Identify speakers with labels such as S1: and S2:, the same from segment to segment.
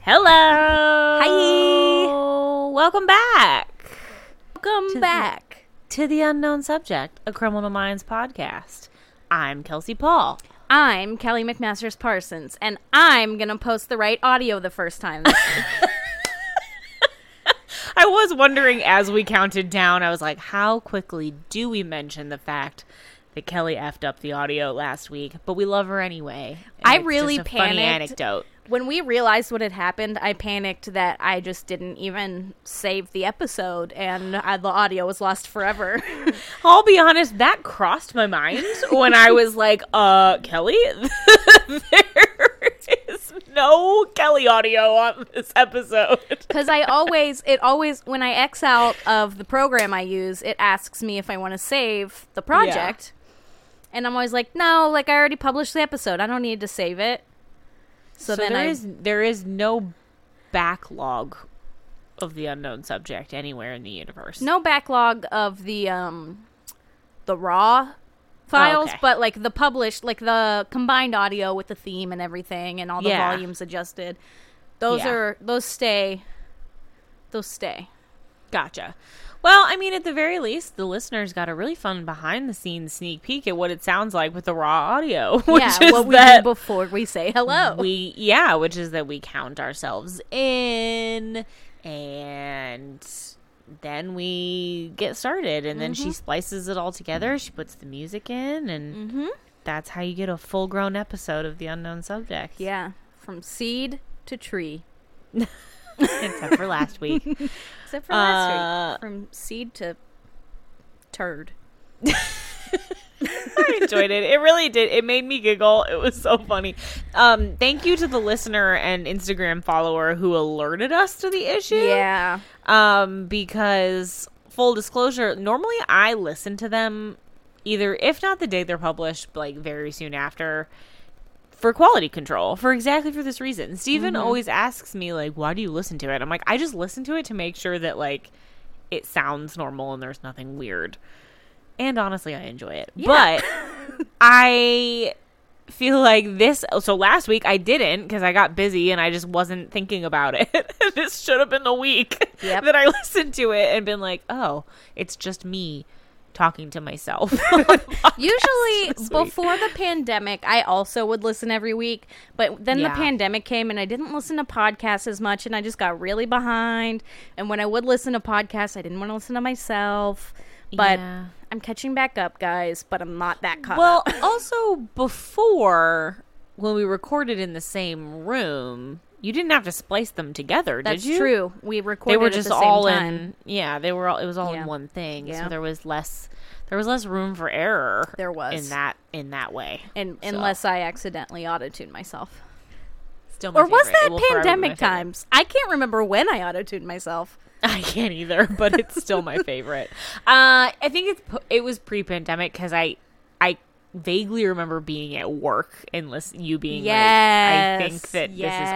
S1: Hello.
S2: Hi.
S1: Welcome back
S2: Welcome
S1: the-
S2: back.
S1: to the Unknown Subject, a Criminal Minds podcast. I'm Kelsey Paul.
S2: I'm Kelly McMasters Parsons, and I'm gonna post the right audio the first time.
S1: I was wondering as we counted down, I was like, how quickly do we mention the fact that Kelly effed up the audio last week? But we love her anyway. and
S2: I
S1: it's
S2: really
S1: just a funny
S2: panicked.
S1: anecdote.
S2: when we realized what had happened, I panicked that I just didn't even save the episode, and I, the audio was lost forever.
S1: I'll be honest, that crossed my mind when I was like, uh, Kelly, there is no Kelly audio on this episode.
S2: Because I always, it always, when I X out of the program I use, it asks me if I want to save the project. And I'm always like, no, like I already published the episode. I don't need to save it. So,
S1: So,
S2: then
S1: there
S2: I.
S1: is- there is no backlog of the unknown subject anywhere in the universe.
S2: no backlog of the um the raw files
S1: okay.
S2: but like the published like the combined audio with the theme and everything and all the
S1: Yeah.
S2: volumes adjusted those
S1: Yeah.
S2: are those stay those stay
S1: Gotcha. Well, I mean, at the very least, the listeners got a really fun behind the scenes sneak peek at what it sounds like with the raw audio, which
S2: yeah
S1: is
S2: what we
S1: that
S2: do before we say hello
S1: we yeah, which is that we count ourselves in and then we get started and then she
S2: Mm-hmm.
S1: splices it all together, she puts the music in and
S2: Mm-hmm.
S1: that's how you get a full grown episode of the unknown subject.
S2: yeah from seed to tree
S1: Except for last week.
S2: except for last
S1: Uh,
S2: week from seed to turd
S1: I enjoyed it. It really did. It made me giggle. It was so funny. Um, thank you to the listener and Instagram follower who alerted us to the issue.
S2: yeah
S1: Um, because full disclosure, normally I listen to them either if not the day they're published, like very soon after for quality control for exactly for this reason. Steven always asks me like, "Why do you listen to it?" I'm like, "I just listen to it to make sure that like it sounds normal and there's nothing weird." And honestly, I enjoy it. But I feel like this so last week I didn't cuz I got busy and I just wasn't thinking about it. this should have been the week
S2: Yep.
S1: that I listened to it and been like, "Oh, it's just me." Talking to myself. on the podcast
S2: Usually
S1: this week.
S2: before the pandemic, I also would listen every week, but then
S1: Yeah.
S2: the pandemic came and I didn't listen to podcasts as much and I just got really behind. And when I would listen to podcasts, I didn't want to listen to myself. But
S1: Yeah.
S2: I'm catching back up, guys, but I'm not that caught
S1: Well,
S2: up.
S1: also before when we recorded in the same room, you didn't have to splice them together,
S2: That's
S1: did you?
S2: true. We recorded
S1: They were
S2: at
S1: just
S2: the same
S1: all
S2: time.
S1: in. Yeah, they were all. It was all
S2: Yeah.
S1: in one thing,
S2: Yeah.
S1: so there was less. There was less room for error.
S2: There was.
S1: in that in that way.
S2: and
S1: So,
S2: unless I accidentally auto-tuned myself.
S1: still my
S2: Or was
S1: favorite. It
S2: that
S1: will forever be my
S2: pandemic
S1: favorite.
S2: times? I can't remember when I auto-tuned myself.
S1: I can't either, but it's still my favorite. Uh, I think it's p- it was pre-pandemic because I I vaguely remember being at work and listen, you being like, I think
S2: Yes,
S1: that
S2: yes.
S1: this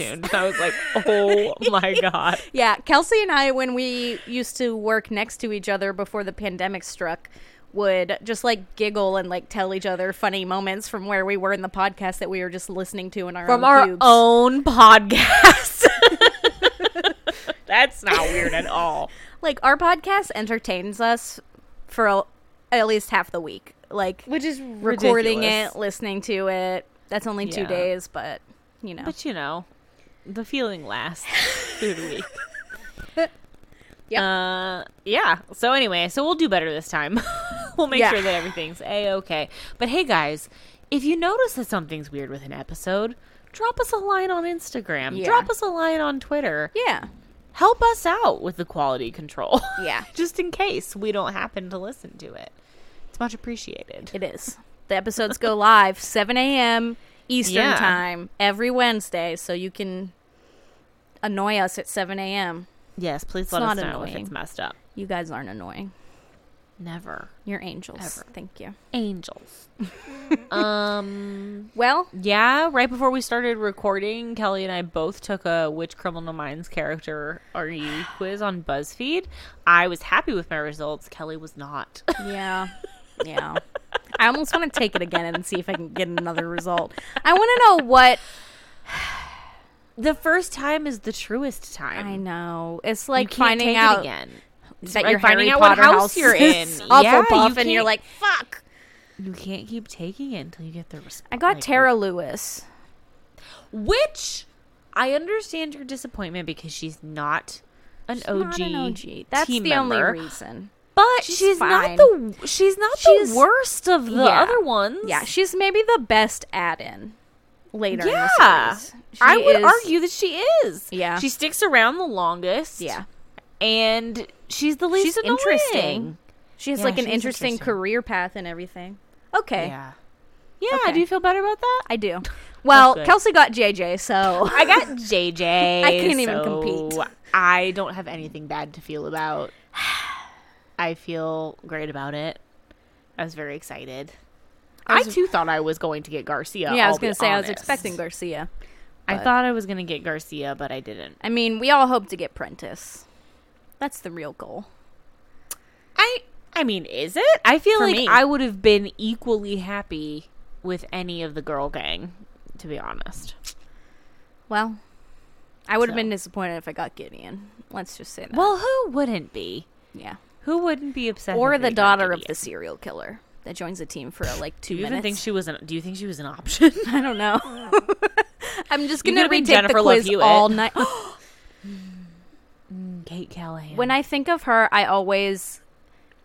S1: is auto-tuned. So I was like, oh my god,
S2: Yeah, Kelsey and I, when we used to work next to each other before the pandemic struck, would just like giggle and like tell each other funny moments from where we were in the podcast that we were just listening to in our
S1: from
S2: own
S1: our
S2: cubes.
S1: own podcast. That's not weird at all.
S2: like our podcast entertains us for a, at least half the week. Like
S1: Which is
S2: recording it, listening to it. That's only two
S1: Yeah.
S2: days, but you know.
S1: But you know, the feeling lasts through the week.
S2: Yep.
S1: Uh, yeah. So anyway, so we'll do better this time. we'll make
S2: Yeah.
S1: sure that everything's a okay. But hey, guys, if you notice that something's weird with an episode, drop us a line on Instagram.
S2: Yeah.
S1: Drop us a line on Twitter.
S2: yeah.
S1: Help us out with the quality control.
S2: Yeah.
S1: Just in case we don't happen to listen to it, it's much appreciated.
S2: It is. The episodes go live 7 a.m. Eastern
S1: Yeah.
S2: time every Wednesday, so you can annoy us at 7 a.m.
S1: Yes, please
S2: It's
S1: let us
S2: not
S1: know if
S2: annoying.
S1: it's messed up.
S2: You guys aren't annoying.
S1: Never.
S2: You're angels.
S1: Ever.
S2: Thank you.
S1: Angels. um
S2: Well,
S1: yeah, right before we started recording, Kelly and I both took a which criminal minds character are you quiz on BuzzFeed. I was happy with my results. Kelly was not.
S2: yeah. Yeah. I almost want to take it again and see if I can get another result. I want to know what
S1: the first time is the truest time.
S2: I know. It's like
S1: can't
S2: finding
S1: take it
S2: out
S1: again.
S2: that
S1: Like
S2: you're
S1: finding
S2: Harry
S1: out what
S2: Potter
S1: house
S2: house
S1: you're
S2: is
S1: in.
S2: Hufflepuff,
S1: Yeah, you
S2: and you're
S1: can't-
S2: like, fuck.
S1: You can't keep taking it until you get the response.
S2: I got Tara Lewis.
S1: Which I understand your disappointment because she's not an OG.
S2: Not an OG. That's
S1: team
S2: the
S1: member,
S2: only reason.
S1: But she's,
S2: She's
S1: not
S2: fine.
S1: the she's not
S2: She's-
S1: the worst of the
S2: Yeah.
S1: other ones.
S2: Yeah, she's maybe the best add-in later. in
S1: Yeah.
S2: the series. She
S1: I would
S2: is-
S1: argue that she is.
S2: Yeah.
S1: She sticks around the longest.
S2: Yeah,
S1: And she's the least
S2: she's interesting.
S1: annoying.
S2: She has
S1: Yeah,
S2: like an
S1: she's
S2: interesting,
S1: interesting.
S2: career path and everything. Okay,
S1: Yeah. Yeah,
S2: Okay.
S1: do you feel better about that?
S2: I do. Well,
S1: good.
S2: Kelsey got JJ, so
S1: I got JJ.
S2: I can't even
S1: so
S2: compete.
S1: I don't have anything bad to feel about. I feel great about it. I was very excited. I,
S2: was-
S1: too thought I was going to get Garcia.
S2: yeah, I
S1: I'll
S2: was gonna
S1: be
S2: say I was
S1: honest.
S2: expecting Garcia.
S1: I
S2: but-
S1: thought I was gonna get Garcia, but I didn't.
S2: I mean, we all hope to get Prentice. That's the real goal.
S1: I I mean, is it? I feel
S2: For
S1: like
S2: me.
S1: I would have been equally happy with any of the girl gang, to be honest.
S2: Well, I would have
S1: So.
S2: been disappointed if I got Gideon. Let's just say that.
S1: Well, who wouldn't be?
S2: yeah,
S1: Who wouldn't be upset?
S2: or
S1: if
S2: the
S1: they got
S2: daughter of
S1: Gideon?
S2: the serial killer that joins the team for like two
S1: Do you
S2: minutes.
S1: even think she was an? Do you think she was an option?
S2: I don't know. I'm just
S1: You
S2: gonna
S1: could've been
S2: retake
S1: Jennifer
S2: the
S1: Love eh?
S2: quiz
S1: Hewitt.
S2: all night.
S1: Kate Callahan.
S2: when I think of her, I always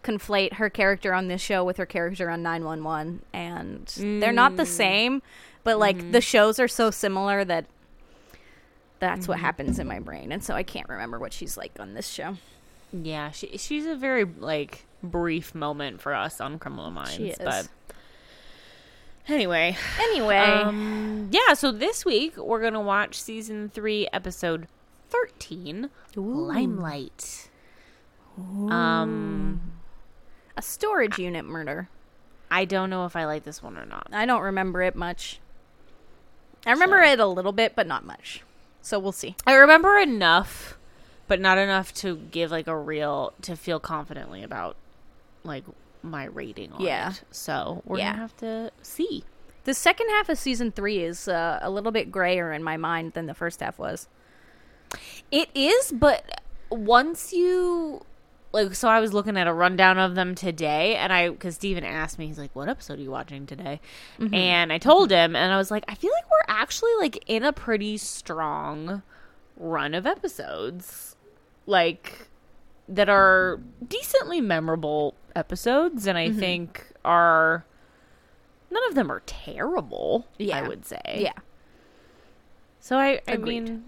S2: conflate her character on this show with her character on 911, and they're not
S1: Mm.
S2: the same. But like
S1: Mm-hmm.
S2: the shows are so similar that that's
S1: Mm-hmm.
S2: what happens in my brain, and so I can't remember what she's like on this show.
S1: yeah, she she's a very like brief moment for us on Criminal Minds,
S2: She is.
S1: but anyway,
S2: Anyway,
S1: um, yeah. So this week we're gonna watch season three, episode thirteen, Limelight. Um,
S2: a storage unit murder.
S1: I don't know if I like this one or not.
S2: I don't remember it much. I remember it a little bit, but not much. So we'll see.
S1: I remember enough, but not enough to give like a real to feel confidently about like my rating on
S2: Yeah.
S1: it. So we're
S2: Yeah.
S1: gonna have to see.
S2: The second half of season three is uh, a little bit grayer in my mind than the first half was.
S1: It is, but once you like, so I was looking at a rundown of them today, and I because Steven asked me, he's like, "What episode are you watching today?"
S2: Mm-hmm.
S1: And I told him, and I was like, "I feel like we're actually like in a pretty strong run of episodes, like that are decently memorable episodes, and I
S2: Mm-hmm.
S1: think are." None of them are terrible, I
S2: Yeah.
S1: would say.
S2: Yeah.
S1: So I, I
S2: Agreed.
S1: mean,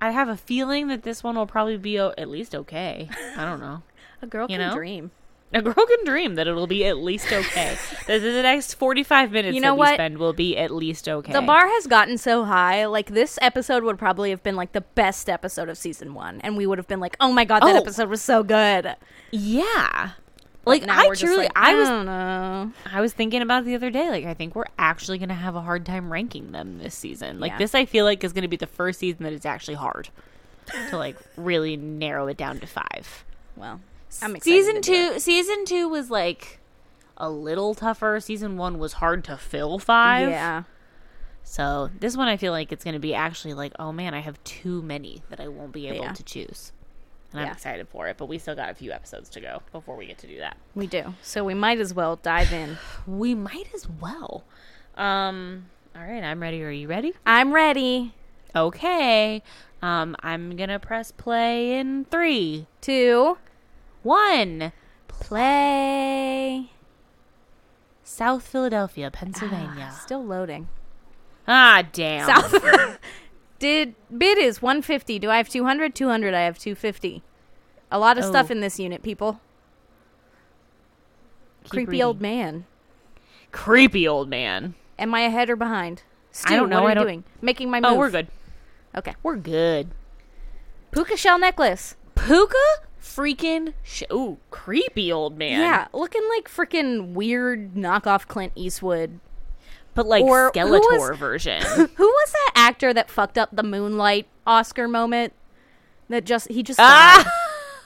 S1: I have a feeling that this one will probably be o- at least okay. I don't know.
S2: A girl
S1: You
S2: can
S1: know?
S2: dream.
S1: A girl can dream that it'll be at least okay. that the next forty-five minutes
S2: You know
S1: that we
S2: what?
S1: spend will be at least okay.
S2: The bar has gotten so high. Like, this episode would probably have been like the best episode of season one. And we would have been like, oh my God, that
S1: Oh.
S2: episode was so good.
S1: yeah. Like
S2: Now
S1: I
S2: we're just
S1: truly,
S2: like, "Oh,
S1: I was,
S2: don't know.
S1: I was thinking about it the other day. Like I think we're actually gonna have a hard time ranking them this season. Like
S2: Yeah.
S1: this, I feel like is gonna be the first season that is actually hard to like really narrow it down to five.
S2: Well, I'm excited.
S1: season
S2: to do it.
S1: two season two was like a little tougher season one was hard to fill five
S2: Yeah.
S1: so this one i feel like it's going to be actually like oh man i have too many that i won't be able
S2: Yeah.
S1: to choose and i'm
S2: Yeah.
S1: excited for it but we still got a few episodes to go before we get to do that
S2: We do. So we might as well dive in.
S1: we might as well um all right i'm ready are you ready
S2: I'm ready
S1: okay um i'm gonna press play in three
S2: to
S1: one
S2: play.
S1: south philadelphia pennsylvania
S2: Still loading.
S1: ah damn
S2: South. Did bid is 150. Do I have 200? 200. I have 250. A lot of stuff
S1: Oh.
S2: in this unit, people.
S1: Keep
S2: Creepy
S1: reading.
S2: old man.
S1: creepy old man.
S2: Am I ahead or behind? Stu,
S1: don't Oh,
S2: What
S1: know,
S2: are
S1: I
S2: you
S1: don't-
S2: doing? Making my move.
S1: Oh, we're good.
S2: Okay.
S1: We're good.
S2: Puka shell necklace.
S1: Puka freaking sh- ooh creepy old man.
S2: Yeah, looking like freaking weird knockoff Clint Eastwood.
S1: but like
S2: or who
S1: Skeletor
S2: was-
S1: version.
S2: Who was that actor that fucked up the Moonlight Oscar moment? That just he just died.
S1: ah,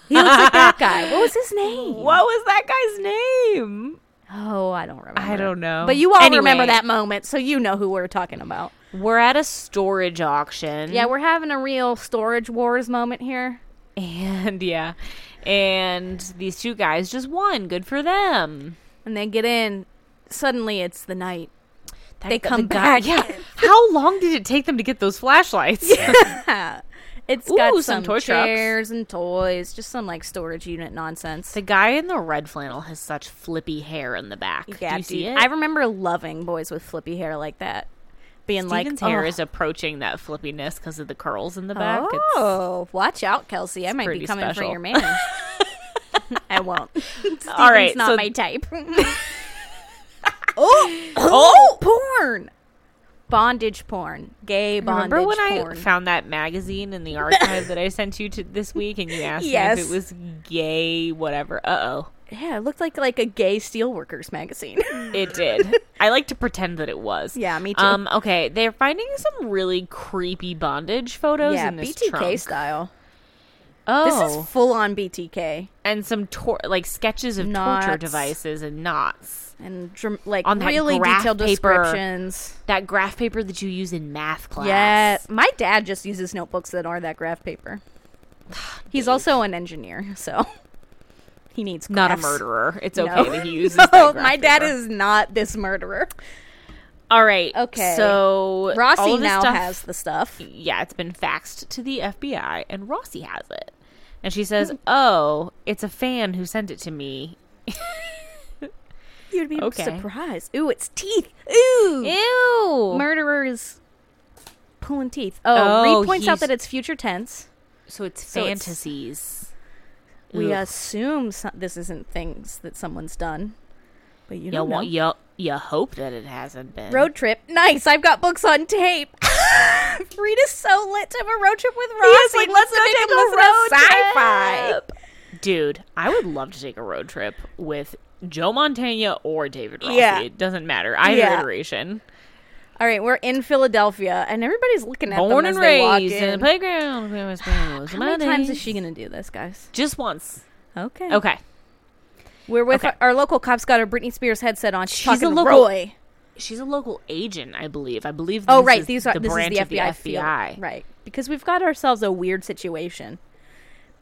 S2: he looks like that guy. What was his name?
S1: what was that guy's name?
S2: Oh, I don't remember.
S1: I don't know.
S2: But you all remember
S1: Anyway.
S2: that moment, so you know who we're talking about.
S1: We're at a storage auction.
S2: Yeah, we're having a real storage wars moment here.
S1: and yeah, and these two guys just won. Good for them.
S2: And they get in. Suddenly, it's the night.
S1: That-
S2: They
S1: the
S2: come
S1: guy-
S2: back.
S1: yeah. How long did it take them to get those flashlights?
S2: it's
S1: Ooh,
S2: got some,
S1: some toy shops.
S2: chairs and toys, just some like storage unit nonsense.
S1: the guy in the red flannel has such flippy hair in the back. Do you see
S2: dude.
S1: it?
S2: I remember loving boys with flippy hair like that, being
S1: Steven's
S2: like,
S1: hair
S2: oh,
S1: is approaching that flippiness because of the curls in the back. It's-
S2: oh, watch out, Kelsey. I might be
S1: pretty
S2: coming for
S1: special."
S2: your man. I won't. Steven's
S1: All right,
S2: not
S1: so-
S2: my type. oh, oh, porn, bondage porn, gay bondage.
S1: Remember when I
S2: porn.
S1: found that magazine in the archive that I sent you to this week, and you asked me
S2: Yes.
S1: if it was gay, whatever? Uh oh,
S2: Yeah, it looked like like a gay steelworkers magazine.
S1: it did. I like to pretend that it was.
S2: Yeah, me too.
S1: Um, okay, they're finding some really creepy bondage photos
S2: yeah,
S1: in this
S2: BTK
S1: trunk.
S2: style.
S1: Oh,
S2: This is full on BTK
S1: and some tor- like sketches of torture
S2: Knots.
S1: devices and knots.
S2: and dr- like
S1: On that
S2: really
S1: graph
S2: detailed
S1: paper.
S2: descriptions.
S1: That graph paper that you use in math class.
S2: Yeah, my dad just uses notebooks that are that graph paper. He's also an engineer, so he needs
S1: Not
S2: graphs.
S1: a murderer. It's
S2: No.
S1: okay that he uses.
S2: No,
S1: that graph
S2: my dad
S1: paper.
S2: is not this murderer.
S1: all right.
S2: Okay.
S1: so all
S2: Rossi
S1: of this
S2: now
S1: stuff-
S2: has the stuff.
S1: yeah, it's been faxed to the FBI, and Rossi has it. And she
S2: Hmm.
S1: says, "Oh, it's a fan who sent it to me."
S2: You'd be
S1: Okay.
S2: surprised. Ooh, it's teeth. Ooh,
S1: Ew.
S2: murderer is pulling teeth.
S1: Oh,
S2: Oh, Reed points out
S1: he's-
S2: that it's future tense.
S1: so it's
S2: So it's-
S1: fantasies.
S2: We
S1: Ugh.
S2: assume so- this isn't things that someone's done, but you
S1: you
S2: don't know.
S1: want you you hope that it hasn't been.
S2: Road trip. Nice. I've got books on tape. Rita's so lit to have a road trip with Ross.
S1: like, "Let's go take a road trip." Dude, I would love to take a road trip with Joe Montana or David Rossi.
S2: Yeah.
S1: It doesn't matter. Either
S2: Yeah.
S1: iteration.
S2: All right, we're in Philadelphia, and everybody's looking at
S1: Born
S2: them as
S1: and
S2: they walk
S1: raised in the
S2: in.
S1: playground. where I was born was
S2: How many
S1: mine.
S2: times is she Hmm. gonna do this, guys?
S1: Just once.
S2: Okay.
S1: Okay.
S2: We're with
S1: Okay.
S2: our, our local cop's got her Britney Spears headset on. She's,
S1: She's
S2: talking
S1: a
S2: to
S1: local-
S2: Roy.
S1: She's a local agent, I believe. I believe.
S2: Oh,
S1: this
S2: right.
S1: is
S2: These are
S1: the
S2: this
S1: branch
S2: is the
S1: of the
S2: FBI. field.
S1: FBI.
S2: Right. Because we've got ourselves a weird situation.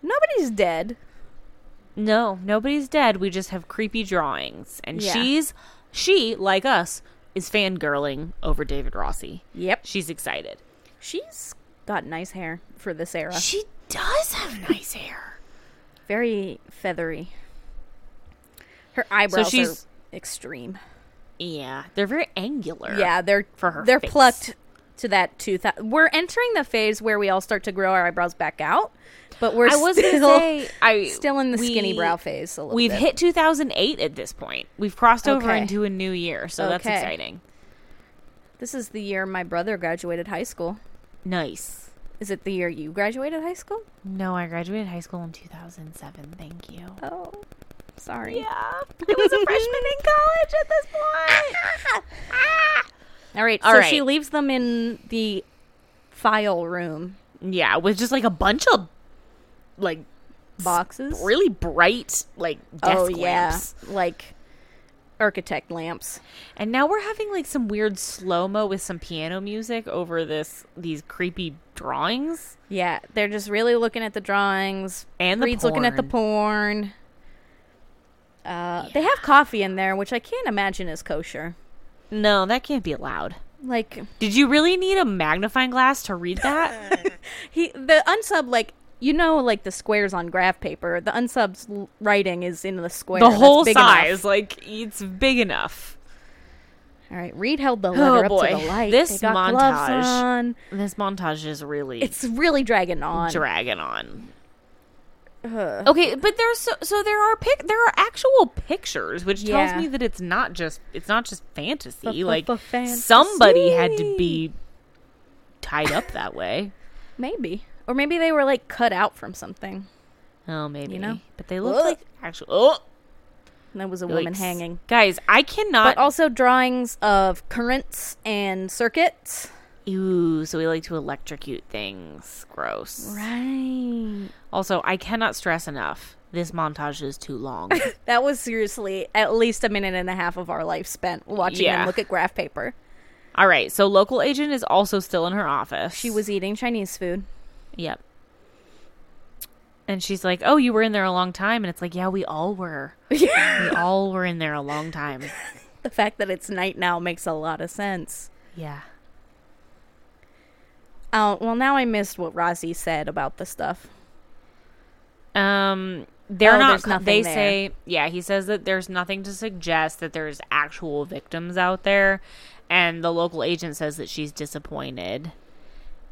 S2: Nobody's dead.
S1: No, nobody's dead. We just have creepy drawings, and
S2: Yeah.
S1: she's she like us is fangirling over David Rossi.
S2: Yep.
S1: She's excited.
S2: She's got nice hair for this era.
S1: She does have nice hair.
S2: very feathery. Her eyebrows
S1: she's-
S2: are extreme.
S1: Yeah, they're very angular.
S2: Yeah, they're
S1: For her
S2: They're
S1: face.
S2: plucked to that two. Th- we're entering the phase where we all start to grow our eyebrows back out, but we're
S1: I was
S2: still
S1: gonna say I
S2: still in the skinny
S1: we-
S2: brow phase. A little
S1: We've
S2: bit.
S1: hit 2008 at this point. We've crossed over
S2: Okay.
S1: into a new year, so that's
S2: Okay.
S1: exciting.
S2: This is the year my brother graduated high school.
S1: Nice.
S2: Is it the year you graduated high school?
S1: No, I graduated high school in 2007. Thank you.
S2: Oh, sorry.
S1: Yeah, I was a freshman in college at this point.
S2: All right.
S1: All
S2: so
S1: right.
S2: she leaves them in the file room
S1: Yeah, with just like a bunch of like
S2: boxes.
S1: really bright like desk
S2: oh
S1: lamps.
S2: yeah, like architect lamps.
S1: And now we're having like some weird slow mo with some piano music over this these creepy drawings.
S2: Yeah, they're just really looking at the drawings.
S1: And the
S2: Reed's looking at the porn. Uh, They
S1: Yeah.
S2: have coffee in there, which I can't imagine is kosher.
S1: No, that can't be allowed.
S2: Like
S1: Did you really need a magnifying glass to read that?
S2: he, the unsub, like you know, like the squares on graph paper. The unsub's l- writing is in the square.
S1: the
S2: That's
S1: whole
S2: big enough.
S1: size, like it's big enough.
S2: All right, Reed held the
S1: Oh,
S2: letter up
S1: boy.
S2: to the light.
S1: This
S2: They got gloves
S1: montage.
S2: on.
S1: This montage is really
S2: It's really dragging on.
S1: dragging on.
S2: Ugh.
S1: Okay, but there's so, so there are pic there are actual pictures, which tells
S2: Yeah.
S1: me that it's not just it's not just fantasy. like
S2: F-f-f-fantasy.
S1: somebody had to be tied up that way.
S2: Maybe Or maybe they were like cut out from something.
S1: Oh, maybe.
S2: You know?
S1: But they look
S2: Ugh.
S1: like actual. Oh,
S2: And there was a woman
S1: yikes.
S2: hanging.
S1: Guys, I cannot.
S2: But also drawings of currents and circuits.
S1: Ew, so we like to electrocute things. Gross.
S2: Right.
S1: Also, I cannot stress enough. This montage is too long.
S2: That was seriously at least a minute and a half of our life spent watching
S1: Yeah.
S2: them look at graph paper.
S1: All right, so local agent is also still in her office.
S2: She was eating Chinese food.
S1: Yep. And she's like, "Oh, you were in there a long time." And it's like, "Yeah, we all were. we all were in there a long time."
S2: The fact that it's night now makes a lot of sense.
S1: Yeah.
S2: Oh, well, now I missed what Rossi said about the stuff.
S1: Um they're
S2: Oh,
S1: not
S2: there's nothing
S1: they
S2: there.
S1: say, yeah, he says that there's nothing to suggest that there's actual victims out there and the local agent says that she's disappointed.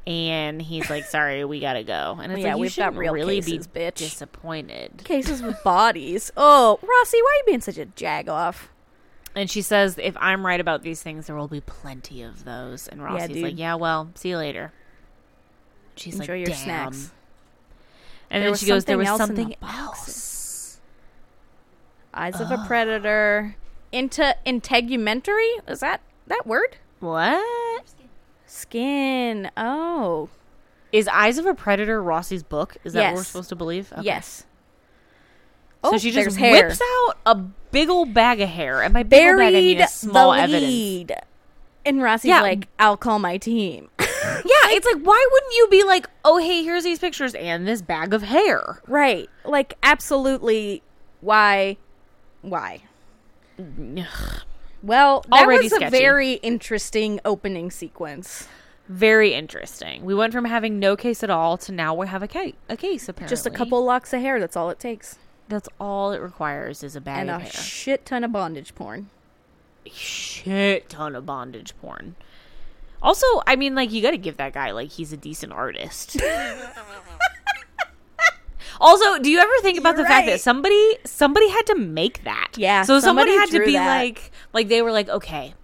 S1: And he's like, "Sorry, we got to go." And it's
S2: Yeah,
S1: like, "You
S2: we've got
S1: shouldn't
S2: real
S1: really
S2: cases,
S1: be
S2: bitch."
S1: disappointed."
S2: Cases with bodies. Oh, Rossi, why are you being such a jag off?
S1: And she says, if I'm right about these things, there will be plenty of those. And Rossi's
S2: dude.
S1: like, yeah, well, see you later. She's
S2: Enjoy
S1: like,
S2: your
S1: Damn.
S2: snacks. There
S1: And then
S2: was
S1: she goes, there
S2: something
S1: was
S2: else in the
S1: something
S2: boxes."
S1: else.
S2: Eyes of a predator. Into integumentary? Is that that word?
S1: What?
S2: Skin. Oh,
S1: Is Eyes of a Predator Rossi's book? Is that what we're
S2: Yes.
S1: supposed to believe? Okay.
S2: yes.
S1: So
S2: oh,
S1: she
S2: there's
S1: just
S2: hair.
S1: whips out a big old bag of hair. And by big ol' bag, I mean
S2: Buried
S1: a small
S2: the
S1: evidence.
S2: lead. And Rossi's
S1: Yeah.
S2: like, I'll call my team.
S1: Yeah, it's like, why wouldn't you be like, oh, hey, here's these pictures and this bag of hair?
S2: right. Like, absolutely. Why? Why? Well, that
S1: Already
S2: was a
S1: sketchy.
S2: very interesting opening sequence.
S1: Very interesting. We went from having no case at all to now we have a case. A case apparently.
S2: Just a couple locks of hair. That's all it takes.
S1: That's all it requires is a bag
S2: and
S1: of
S2: a
S1: hair.
S2: shit ton of bondage porn.
S1: Shit ton of bondage porn. Also, I mean, like you got to give that guy like he's a decent artist. also, do you ever think about
S2: You're
S1: the fact
S2: right.
S1: that somebody somebody had to make that?
S2: Yeah,
S1: So someone
S2: somebody
S1: had to
S2: drew
S1: be
S2: that.
S1: like, like they were like, okay.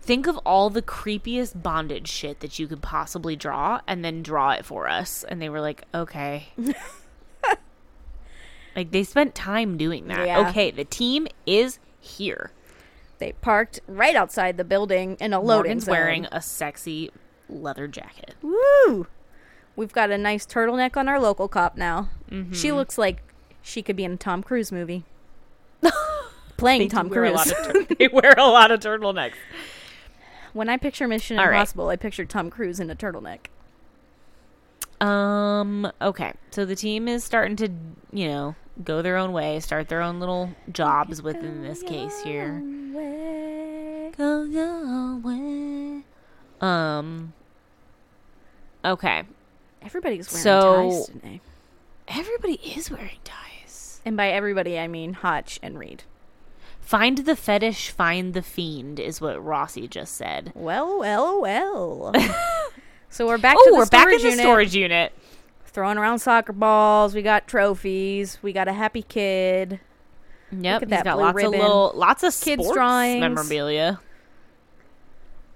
S1: Think of all the creepiest bondage shit that you could possibly draw and then draw it for us. And they were like, okay. like they spent time doing that.
S2: Yeah.
S1: Okay, the team is here.
S2: They parked right outside the building in a loading
S1: Morgan's
S2: zone.
S1: wearing a sexy leather jacket.
S2: Woo! We've got a nice turtleneck on our local cop now. She looks like she could be in a Tom Cruise movie. Playing Tom
S1: Wear a lot
S2: Cruise.
S1: of tur- they wear a lot of turtlenecks.
S2: when I picture Mission
S1: All right.
S2: Impossible, I picture Tom Cruise in a turtleneck.
S1: Um. Okay. So the team is starting to, you know, go their own way, start their own little jobs within this case here. Go your way. Um. Okay.
S2: Everybody's wearing
S1: So-
S2: ties today.
S1: Everybody is wearing ties.
S2: And by everybody, I mean Hotch and Reed.
S1: Find the fetish, find the fiend is what Rossi just said.
S2: Well, well, well. so we're back to
S1: Oh,
S2: the
S1: we're back in
S2: storage
S1: the
S2: unit.
S1: storage unit.
S2: Throwing around soccer balls. We got trophies. We got a happy kid. at
S1: Yep, he's
S2: that
S1: got
S2: blue
S1: lots
S2: ribbon.
S1: of little, lots of
S2: Kids'
S1: kids
S2: drawings.
S1: drawings, memorabilia.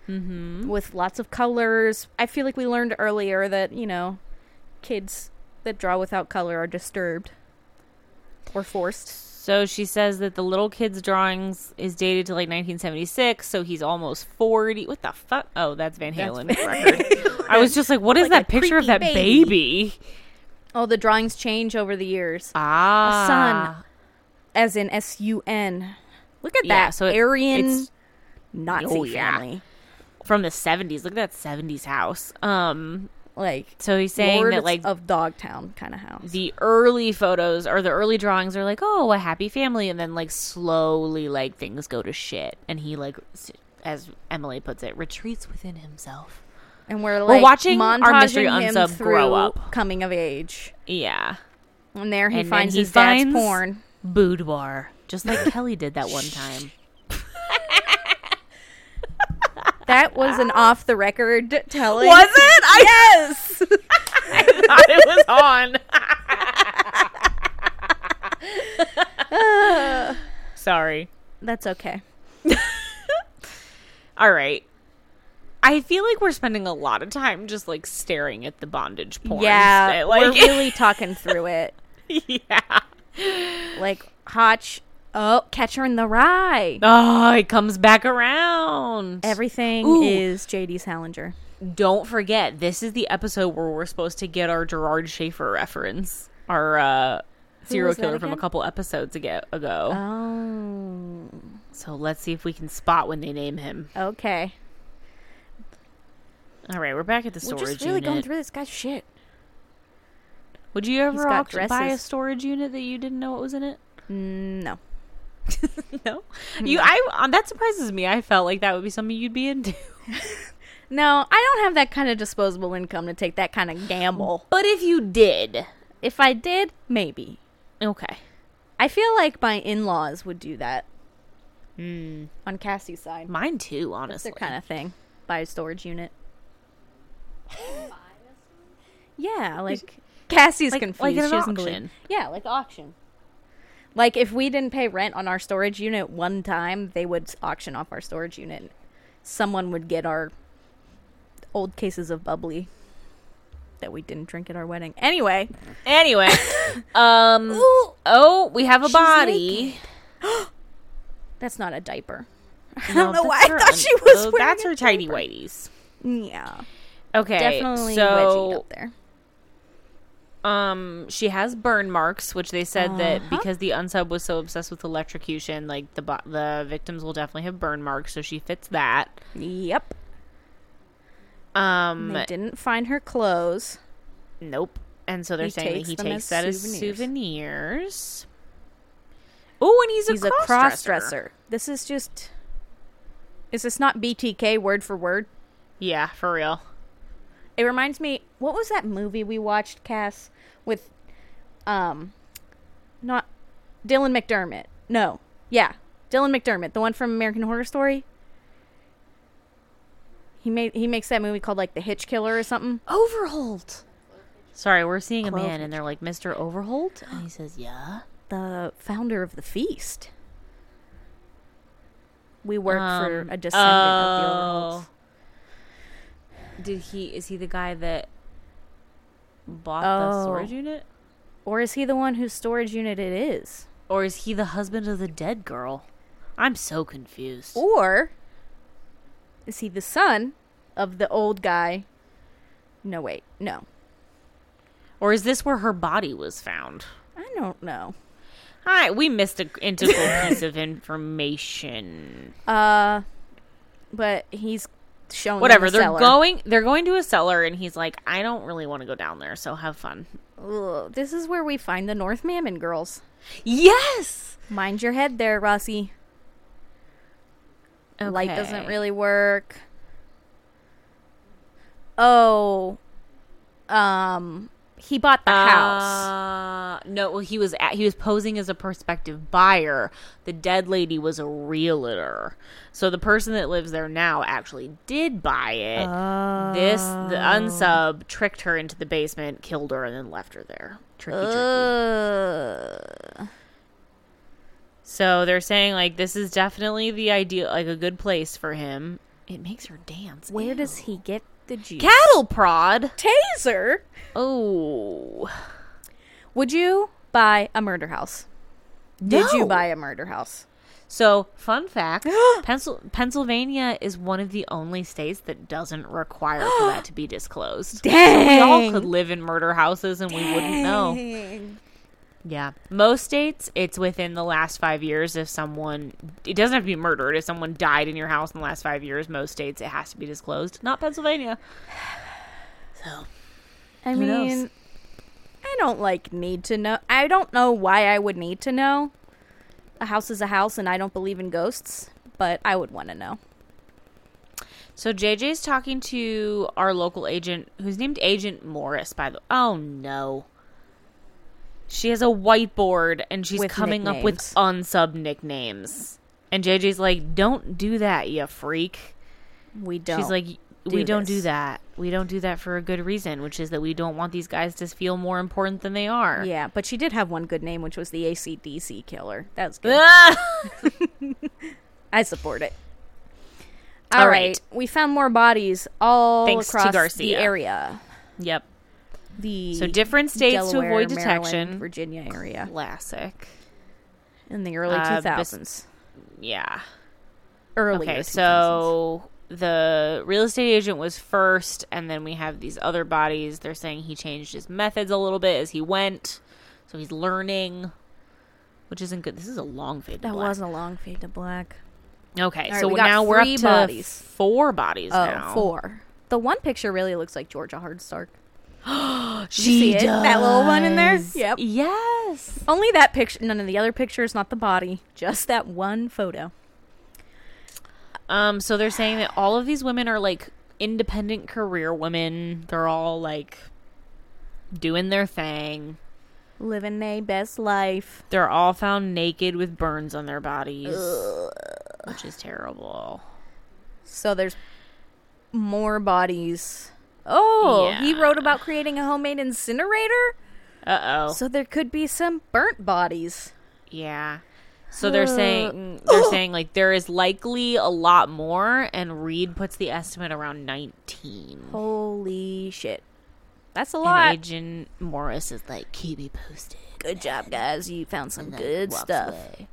S1: Hmm?
S2: with lots of colors. I feel like we learned earlier that, you know, kids that draw without color are disturbed or forced.
S1: So she says that the little kid's drawings is dated to like 1976, so he's almost 40. What the fuck? Oh, that's Van Halen record. I was just like, what is
S2: Like
S1: that
S2: a
S1: picture of
S2: creepy
S1: that
S2: baby.
S1: baby?
S2: Oh, the drawings change over the years,
S1: Ah,
S2: as in S U N. Look at
S1: Yeah,
S2: that.
S1: so
S2: So
S1: it-
S2: Aryan
S1: it's-
S2: Nazi
S1: Oh, yeah.
S2: family.
S1: from the 70s. Look at that 70s house. Um,
S2: Like,
S1: so he's saying
S2: Lords
S1: that like
S2: of Dogtown kind of house.
S1: the early photos or the early drawings are like, oh, a happy family, and then like slowly like things go to shit, and he like, s- as Emily puts it, retreats within himself.
S2: And we're like
S1: watching our
S2: montaging
S1: mystery
S2: him
S1: unsub grow
S2: through
S1: up.
S2: coming of age.
S1: Yeah,
S2: And there he
S1: And then
S2: finds
S1: he
S2: his
S1: finds-
S2: dad's porn.
S1: boudoir, just like Kelly did that one time.
S2: That was an off the record telling.
S1: it? I yes. I thought it was on. Sorry.
S2: That's okay.
S1: All right. I feel like we're spending a lot of time just like staring at the bondage porn.
S2: yeah,
S1: like
S2: we're really talking through it.
S1: yeah.
S2: Like Hotch, oh, Catcher in the Rye.
S1: Oh, it comes back around.
S2: Everything
S1: Ooh.
S2: is J.D. Salinger.
S1: Don't forget, this is the episode where we're supposed to get our Gerard Schaefer reference, our uh, serial
S2: was that
S1: killer from a
S2: again? Uh,
S1: couple episodes ago. ago.
S2: Oh,
S1: so let's see if we can spot when they name him.
S2: okay.
S1: All right, we're back at the storage
S2: We're just really
S1: unit.
S2: going through this guy's shit.
S1: Would you ever
S2: got
S1: opt to buy a
S2: dresses.
S1: storage unit that you didn't know what was in it?
S2: Mm, No.
S1: No,
S2: Hmm.
S1: you. I um, that surprises me. I felt like that would be something you'd be into.
S2: No, I don't have that kind of disposable income to take that kind of gamble.
S1: But if you did,
S2: If I did, maybe.
S1: okay.
S2: I feel like my in laws would do that.
S1: Hmm.
S2: On Cassie's side.
S1: Mine too, honestly.
S2: Their kind of thing. Buy a storage unit. yeah, like Cassie's
S1: like-
S2: confused.
S1: like at an
S2: she doesn't believe-
S1: auction.
S2: Yeah, like auction. Like if we didn't pay rent on our storage unit one time, they would auction off our storage unit. Someone would get our old cases of bubbly that we didn't drink at our wedding. Anyway,
S1: Anyway, um,
S2: Ooh.
S1: oh, we have a body.
S2: that's not a diaper.
S1: I
S2: don't know why I thought she was wearing
S1: Oh, that's
S2: a
S1: her tidy whities.
S2: Yeah,
S1: Okay,
S2: definitely wedgied
S1: So,
S2: up there.
S1: um, she has burn marks, which they said that
S2: Uh-huh.
S1: because the unsub was so obsessed with electrocution, like the bo- the victims will definitely have burn marks. So she fits that.
S2: Yep,
S1: Um,
S2: they didn't find her clothes.
S1: Nope. And so they're
S2: He
S1: saying that
S2: takes
S1: he
S2: them
S1: takes
S2: as
S1: that as
S2: souvenirs.
S1: souvenirs. Oh, and he's a
S2: He's a
S1: cross
S2: cross dresser. This is just. Is this not BTK word for word?
S1: Yeah, for real.
S2: It reminds me. What was that movie we watched, Cass, with, um, not Dylan McDermott? No, yeah, Dylan McDermott, the one from American Horror Story. He made he makes that movie called like The Hitch Killer or something.
S1: Overholt. Sorry, we're seeing a
S2: Clove
S1: man, and they're like, "Mr. Overholt," and he says, "Yeah."
S2: The founder of the feast. We work
S1: Um,
S2: for a descendant of the Overholts.
S1: Did he? Is he the guy that bought the
S2: Oh.
S1: storage unit,
S2: Or is he the one whose storage unit it is?
S1: or is he the husband of the dead girl? I'm so confused.
S2: Or is he the son of the old guy? No, wait, no.
S1: Or is this where her body was found?
S2: I don't know.
S1: All right, we missed an integral piece of information.
S2: Uh, but he's shown
S1: Whatever,
S2: In the
S1: they're
S2: cellar.
S1: going. They're going to a cellar, and he's like, "I don't really want to go down there, so have fun."
S2: Ugh, this is where we find the North Mammon girls.
S1: Yes.
S2: Mind your head there, Rossi. Light doesn't
S1: Okay.
S2: really work. Oh, um, he bought the house.
S1: Uh, no, well, he was at, he was posing as a prospective buyer. The dead lady was a realtor, so the person that lives there now actually did buy it. This the
S2: Oh.
S1: unsub tricked her into the basement, killed her, and then left her there. Tricky,
S2: Uh,
S1: tricky.
S2: Ugh.
S1: So they're saying like this is definitely the ideal, like a good place for him. It makes her dance.
S2: Where
S1: Ew.
S2: does he get the juice?
S1: cattle prod?
S2: taser.
S1: Oh,
S2: Would you buy a murder house? Did you
S1: No.
S2: buy a murder house?
S1: So, fun fact: Pencil- Pennsylvania is one of the only states that doesn't require for that to be disclosed. We all could live in murder houses and we wouldn't know. Yeah, most states, it's within the last five years. If someone, it doesn't have to be murdered. If someone died in your house in the last five years, most states it has to be disclosed. Not Pennsylvania. So
S2: I
S1: Who knows?
S2: mean, I don't like need to know. I don't know why I would need to know. A house is a house, and I don't believe in ghosts, but I would want to know.
S1: So JJ's talking to our local agent, who's named Agent Morris, by the Oh no. She has a whiteboard and she's
S2: With
S1: coming up with
S2: nicknames.
S1: unsub nicknames. And JJ's like, Don't do that, you freak.
S2: We don't.
S1: She's like, We
S2: do
S1: don't do
S2: this."
S1: that. We don't do that for a good reason, which is that we don't want these guys to feel more important than they are.
S2: yeah, but she did have one good name, which was the ACDC killer. That was good.
S1: Ah!
S2: I support it. All
S1: All
S2: right.
S1: right.
S2: We found more bodies all
S1: Thanks to
S2: across
S1: Garcia.
S2: the area.
S1: Yep.
S2: The
S1: So different states
S2: Delaware,
S1: to avoid
S2: Maryland,
S1: detection.
S2: Virginia area
S1: Classic.
S2: in the early
S1: Uh,
S2: 2000s.
S1: Yeah.
S2: early
S1: Okay, so the real estate agent was first, and then we have these other bodies. They're saying he changed his methods a little bit as he went, so he's learning, which isn't good. This is a long fade. to
S2: that
S1: black.
S2: was a long fade to black.
S1: okay.
S2: right,
S1: so
S2: we got
S1: now we're up
S2: three
S1: to
S2: bodies.
S1: four bodies.
S2: Oh,
S1: now.
S2: four. The one picture really looks like Georgia Hardstark.
S1: She
S2: see it? That little one in there?
S1: does.
S2: Yep.
S1: Yes.
S2: Only that picture, none of the other pictures, not the body, just that one photo.
S1: Um. So they're saying that all of these women are like independent career women. They're all like doing their thing.
S2: Living a best life.
S1: They're all found naked with burns on their bodies, which is terrible.
S2: So there's more bodies. Oh, he
S1: Yeah.
S2: wrote about creating a homemade incinerator?
S1: Uh oh.
S2: So there could be some burnt bodies.
S1: yeah. So they're saying they're saying like there is likely a lot more, and Reed puts the estimate around nineteen.
S2: Holy shit. That's a lot.
S1: And Agent Morris is like, keep me posted.
S2: Good job, guys. You found some
S1: and
S2: good
S1: walks
S2: stuff.
S1: away.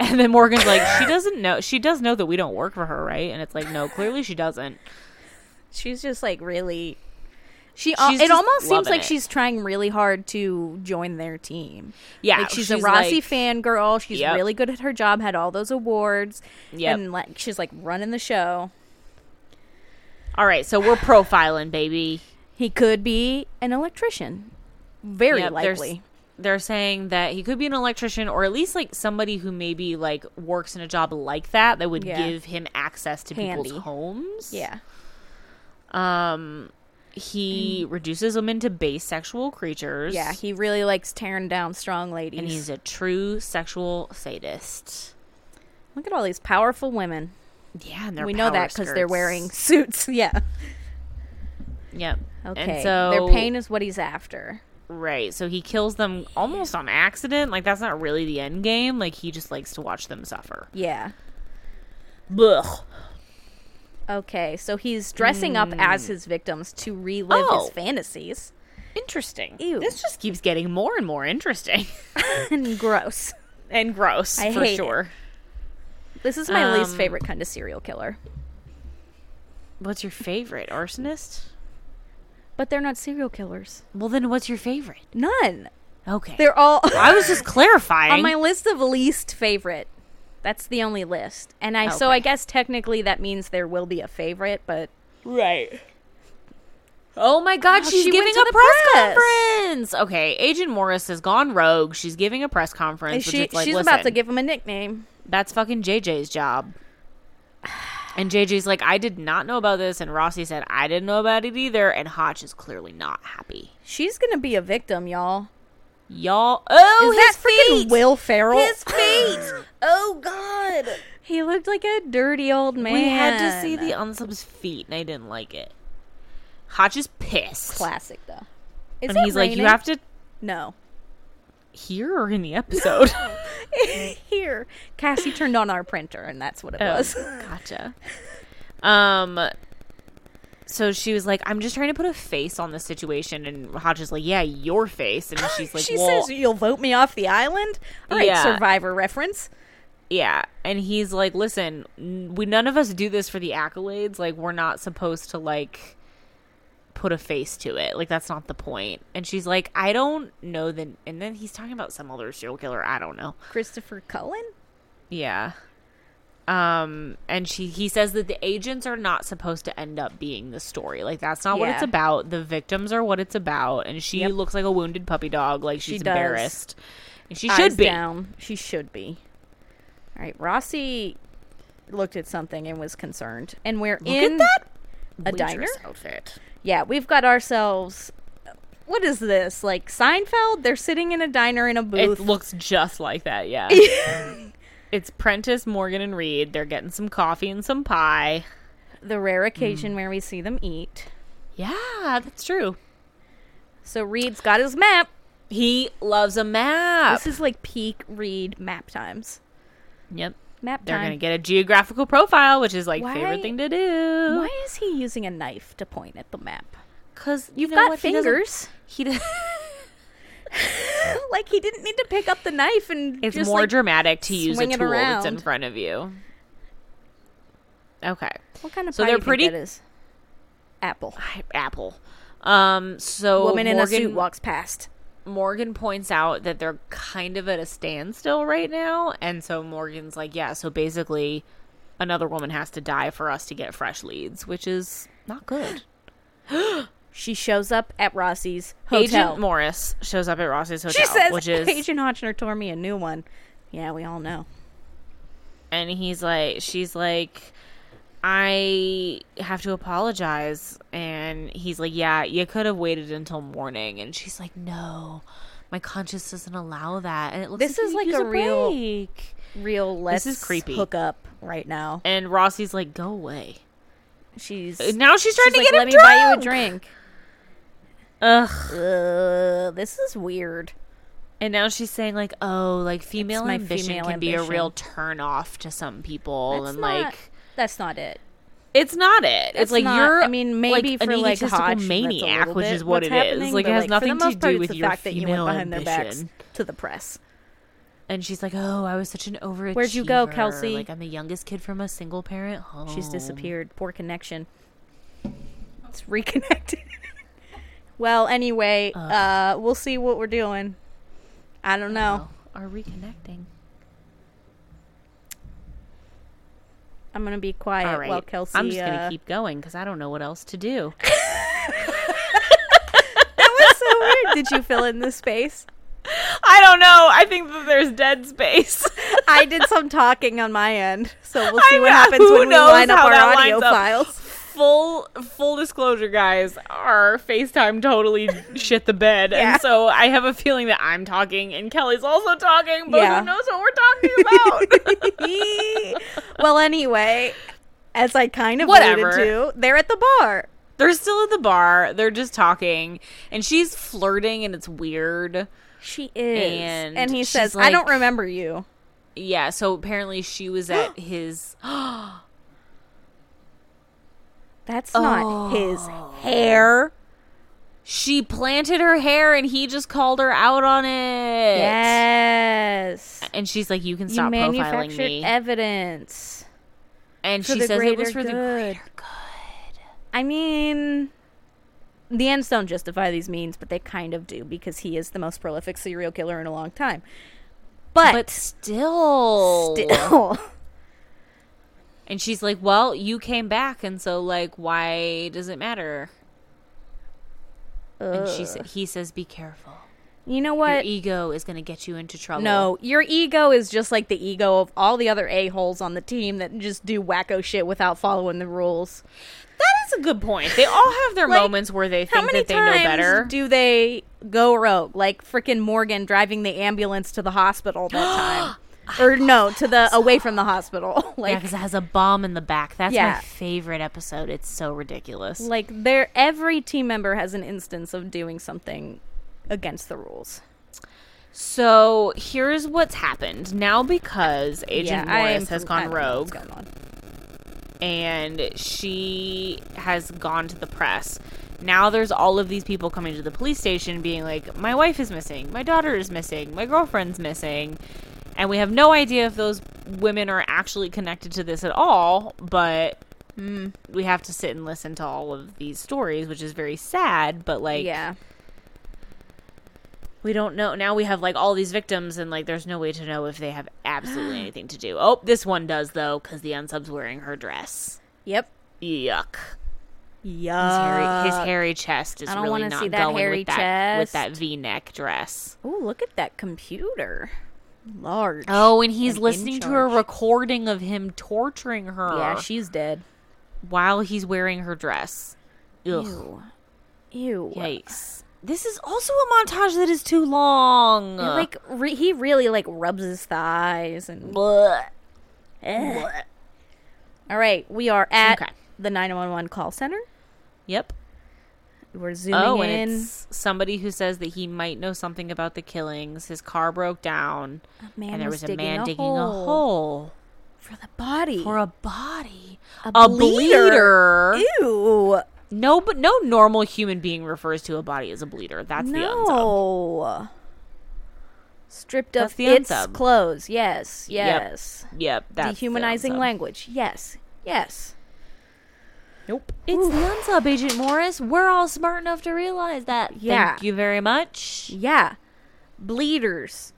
S1: And then Morgan's like, she doesn't know. She does know that we don't work for her, right? And it's like, no, clearly she doesn't.
S2: She's just like really. She al-
S1: She's
S2: it
S1: just
S2: almost seems
S1: loving
S2: like
S1: it.
S2: she's trying really hard to join their team.
S1: Yeah,
S2: like she's, a
S1: she's
S2: Rossi
S1: like-
S2: fangirl. She's
S1: Yep.
S2: really good at her job. Had all those awards.
S1: Yep.
S2: and like she's like running the show.
S1: All right, so we're profiling, baby.
S2: He could be an electrician, very
S1: Yep, there's-
S2: likely.
S1: They're saying that he could be an electrician or at least like somebody who maybe like works in a job like that that would
S2: Yeah.
S1: give him access to
S2: Handy.
S1: people's homes.
S2: Yeah,
S1: Um he reduces women to base sexual creatures.
S2: Mm. yeah. He really likes tearing down strong ladies.
S1: and he's a true sexual sadist.
S2: Look at all these powerful women.
S1: Yeah, and they're
S2: we know that because they're wearing suits. Yeah.
S1: Yep.
S2: Okay.
S1: And so
S2: Their pain is what he's after.
S1: Right. So he kills them almost on accident. Like that's not really the end game. Like he just likes to watch them suffer.
S2: Yeah.
S1: Blech.
S2: Okay, so he's dressing up as his victims to relive
S1: Hmm. Oh.
S2: his fantasies.
S1: Interesting.
S2: Ew.
S1: This just keeps getting more and more interesting.
S2: and gross.
S1: and gross
S2: I
S1: for
S2: hate it.
S1: sure.
S2: This is my least
S1: Um,
S2: favorite kind of serial killer.
S1: What's your favorite arsonist?
S2: But they're not serial killers.
S1: Well, then what's your favorite?
S2: None.
S1: Okay,
S2: They're all
S1: I was just clarifying.
S2: on my list of least favorite. That's the only list. And I so
S1: Okay.
S2: I guess technically that means there will be a favorite, but
S1: right. Oh my God,
S2: Wow,
S1: she's
S2: she went
S1: giving
S2: to
S1: a
S2: the
S1: press,
S2: press.
S1: conference. Okay, Agent Morris has gone rogue. She's giving a press conference.
S2: she,
S1: which is like,
S2: she's about to
S1: listen,
S2: give him a nickname.
S1: that's fucking JJ's job. And JJ's like, I did not know about this, and Rossi said I didn't know about it either, and Hotch is clearly not happy.
S2: She's going to be a victim, y'all.
S1: Y'all, oh,
S2: Is that
S1: his
S2: freaking
S1: feet!
S2: Will Ferrell?
S1: his feet. oh God.
S2: he looked like a dirty old man.
S1: We had to see the unsub's feet, and I didn't like it. Hotch is pissed,
S2: classic though. Is
S1: and
S2: it
S1: he's like, "You
S2: raining?"
S1: have to
S2: No.
S1: here or in the episode."
S2: Here, Cassie turned on our printer, and that's what it
S1: Oh.
S2: was.
S1: gotcha. Um, so she was like, "I'm just trying to put a face on this situation," and Hotch is like, "Yeah, your face," and she's like,
S2: she
S1: "Well,
S2: says you'll vote me off the island. All right,
S1: Yeah.
S2: Survivor reference.
S1: yeah," and he's like, "Listen, n- we none of us do this for the accolades. Like, we're not supposed to like." put a face to it. Like that's not the point. And she's like, I don't know the and then he's talking about some other serial killer. I don't know.
S2: Christopher Cullen.
S1: Yeah. Um and she he says that the agents are not supposed to end up being the story. Like that's not what it's
S2: Yeah.
S1: about. The victims are what it's about and she
S2: Yep.
S1: looks like a wounded puppy dog like she's
S2: does.
S1: embarrassed. And she
S2: Eyes
S1: should be.
S2: down. She should be. All right, Rossi looked at something and was concerned, and we're
S1: Look
S2: in
S1: at that
S2: a
S1: waitress
S2: diner.
S1: outfit.
S2: Yeah, we've got ourselves. What is this? Like Seinfeld? They're sitting in a diner in a booth.
S1: It looks just like that, yeah. it's Prentice, Morgan and Reed. They're getting some coffee and some pie.
S2: the rare
S1: Mm.
S2: occasion where we see them eat.
S1: Yeah, that's true.
S2: So Reed's got his map.
S1: He loves a map.
S2: This is like peak Reed map times.
S1: Yep.
S2: Map
S1: They're
S2: time.
S1: going to get a geographical profile, which is like
S2: Why-
S1: favorite thing to do.
S2: Why is he using a knife to point at the map?
S1: Because
S2: You've got fingers.
S1: He does.
S2: like he didn't need to pick up the knife and
S1: It's
S2: just,
S1: more
S2: like,
S1: dramatic to use a
S2: swing it
S1: tool that's in
S2: around.
S1: front of you. Okay.
S2: What kind of
S1: So
S2: pie
S1: they're
S2: do you think
S1: pretty-
S2: that is? Apple.
S1: I- Apple. Um. So
S2: Woman in
S1: Morgan,
S2: a suit walks past.
S1: Morgan points out that they're kind of at a standstill right now, and so Morgan's like, "Yeah, so basically, another woman has to die for us to get fresh leads, which is not good."
S2: She shows up at Rossi's hotel.
S1: Agent Morris shows up at Ross's hotel,
S2: she says,
S1: which is,
S2: "Agent Hotchner tore me a new one." Yeah, we all know.
S1: and he's like, she's like, I have to apologize, and he's like, yeah, you could have waited until morning, and she's like, no, my conscience doesn't allow that, and it looks
S2: This
S1: like
S2: is
S1: you
S2: like
S1: use
S2: a real-
S1: break.
S2: Real. Let's
S1: is creepy.
S2: hook up right now.
S1: And Rossi's like, go away.
S2: She's
S1: Uh, Now she's
S2: she's
S1: trying to
S2: like,
S1: get
S2: "Let
S1: him
S2: me buy you a
S1: drunk!"
S2: drink."
S1: Ugh.
S2: Uh, this is weird.
S1: And now she's saying like, oh, like female
S2: my
S1: ambition
S2: female
S1: can be a
S2: ambition.
S1: real turn off to some people,
S2: That's
S1: and
S2: not-
S1: like,
S2: that's not it.
S1: it's not it. It's
S2: That's
S1: like
S2: not-
S1: you're.
S2: I mean, maybe
S1: like,
S2: for,
S1: an
S2: like,
S1: egotistical
S2: Hodge, that's a
S1: maniac,
S2: little
S1: which
S2: bit
S1: is what
S2: what's
S1: it is.
S2: happening,
S1: Like, it
S2: but,
S1: has
S2: for the
S1: nothing to
S2: most part,
S1: do
S2: it's
S1: with
S2: the
S1: your
S2: fact that you
S1: female
S2: went behind their backs
S1: ambition.
S2: to the press.
S1: And she's like, oh, I was such an overachiever.
S2: Where'd you go, Kelsey?
S1: Like, I'm the youngest kid from a single parent home.
S2: She's disappeared. Poor connection. It's reconnected. well, anyway, uh, we'll see what we're doing. I don't know.
S1: Oh, are reconnecting.
S2: I'm gonna be quiet
S1: All right.
S2: while Kelsey.
S1: I'm just gonna
S2: uh,
S1: keep going because I don't know what else to do.
S2: That was so weird. Did you fill in the space?
S1: I don't know. I think that there's dead space.
S2: I did some talking on my end, so we'll
S1: I
S2: see what
S1: know.
S2: happens
S1: Who
S2: when we
S1: knows
S2: line up
S1: how
S2: our
S1: that
S2: audio
S1: lines up?
S2: files.
S1: full full disclosure guys our facetime totally shit the bed
S2: Yeah.
S1: and so i have a feeling that i'm talking and kelly's also talking but
S2: Yeah.
S1: who knows what we're talking about
S2: well, anyway, as I kind of
S1: Whatever.
S2: alluded to, they're at the bar.
S1: they're still at the bar they're just talking and she's flirting and it's weird
S2: She
S1: is.
S2: and,
S1: And
S2: he
S1: she's
S2: says, "I
S1: like-
S2: don't remember you."
S1: yeah so apparently she was at his
S2: That's
S1: Oh.
S2: not his hair.
S1: she planted her hair and he just called her out on it
S2: Yes.
S1: and she's like you can
S2: You
S1: stop profiling
S2: manufactured
S1: me
S2: evidence.
S1: and
S2: for
S1: she
S2: the
S1: says it
S2: greater
S1: was for the
S2: good.
S1: greater good
S2: I mean, the ends don't justify these means, but they kind of do because he is the most prolific serial killer in a long time. But,
S1: but still
S2: still,
S1: And she's like, "Well, you came back, and so like, why does it matter?" And she sa- he says, "Be careful.
S2: you know
S1: Your
S2: what?
S1: ego is going to get you into trouble."
S2: no, your ego is just like the ego of all the other a holes on the team that just do wacko shit without following the rules.
S1: that is a good point. They all have their
S2: Like,
S1: moments where they
S2: How
S1: think
S2: many
S1: that they know
S2: times
S1: better.
S2: do they go rogue? Like freaking Morgan driving the ambulance to the hospital that time, or no, to the away from the hospital.
S1: yeah,
S2: like
S1: because it has a bomb in the back. That's
S2: Yeah.
S1: my favorite episode. It's so ridiculous.
S2: Like there every team member has an instance of doing something against the rules.
S1: So here's what's happened now because Agent
S2: I am
S1: Morris has
S2: from- I
S1: gone
S2: don't know what's
S1: rogue.
S2: going on.
S1: and she has gone to the press. Now there's all of these people coming to the police station being like, My wife is missing, my daughter is missing, my girlfriend's missing. And we have no idea if those women are actually connected to this at all, but we have to sit and listen to all of these stories, which is very sad, but like,
S2: yeah.
S1: we don't know. Now we have like all these victims, and like, there's no way to know if they have absolutely anything to do. Oh, this one does though, because the unsub's wearing her dress.
S2: Yep.
S1: Yuck.
S2: Yeah.
S1: hairy, his hairy chest is
S2: I don't
S1: really
S2: wanna
S1: not
S2: see that
S1: going
S2: hairy
S1: with that
S2: chest.
S1: with that V-neck dress.
S2: Oh, look at that computer. Large.
S1: Oh, and he's
S2: And in
S1: listening to a
S2: charge.
S1: recording of him torturing her
S2: Yeah, she's dead.
S1: while he's wearing her dress. Ugh.
S2: Ew. Ew.
S1: Yikes. This is also a montage that is too long.
S2: And, like re- he really like rubs his thighs and
S1: Blech.
S2: Ugh. All right, we are at
S1: Okay.
S2: the 911 call center.
S1: Yep.
S2: We're zooming
S1: Oh, and
S2: in.
S1: it's somebody who says that he might know something about the killings. His car broke down,
S2: man
S1: and there was a
S2: digging
S1: man digging a hole.
S2: for the body.
S1: for a body,
S2: A
S1: bleeder.
S2: Ew.
S1: No, but no normal human being refers to a body as a bleeder. That's the unsub.
S2: No. Stripped
S1: That's
S2: of
S1: the
S2: its
S1: unsub.
S2: clothes. Yes.
S1: Yep.
S2: Yes.
S1: Yep, that's the
S2: Dehumanizing
S1: unsub.
S2: language. Yes. Yes.
S1: Nope. It's the unsub, Agent Morris. We're all smart enough to realize that.
S2: Yeah.
S1: Thank you very much.
S2: Yeah. Bleeders.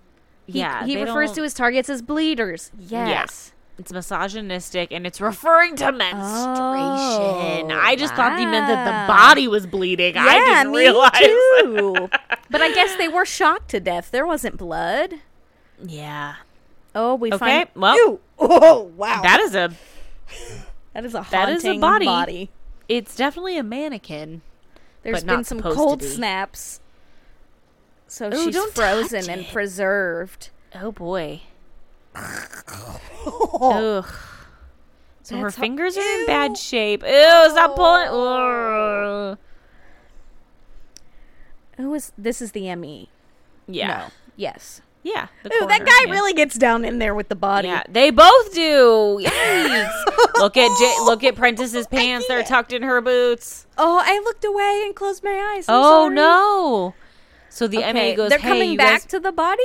S2: He,
S1: yeah,
S2: He
S1: they
S2: refers
S1: don't-
S2: to his targets as bleeders. Yes.
S1: It's misogynistic and it's referring to menstruation. I just thought he meant that the
S2: Oh, wow.
S1: body was bleeding. I
S2: Yeah,
S1: didn't realize.
S2: too. but I guess they were shocked to death. There wasn't blood.
S1: yeah.
S2: Oh, we
S1: Okay,
S2: find.
S1: well-
S2: Ew. Oh wow.
S1: That is a
S2: that is a haunting
S1: that is a body.
S2: body.
S1: it's definitely a mannequin.
S2: There's
S1: but not
S2: been some
S1: supposed to
S2: cold
S1: be.
S2: snaps. So
S1: Ooh,
S2: she's
S1: don't
S2: frozen
S1: touch
S2: and
S1: it.
S2: preserved.
S1: Oh boy.
S2: Oh,
S1: Ugh. So her
S2: That's ho-
S1: fingers are in
S2: Ew.
S1: bad shape. Ew, stop pulling. Ugh.
S2: who is this? Is the ME?
S1: Yeah.
S2: No. Yes.
S1: Yeah. the
S2: Ooh, that
S1: coroner,
S2: guy
S1: yeah.
S2: really gets down in there with the body.
S1: Yeah, they both do. Yikes. look at J- look at Prentice's pants. They're tucked in her boots.
S2: Oh, I looked away and closed my eyes. I'm
S1: oh
S2: sorry.
S1: no. So the
S2: Okay,
S1: MA goes,
S2: They're
S1: "Hey,
S2: coming
S1: you
S2: back
S1: guys."
S2: to the body.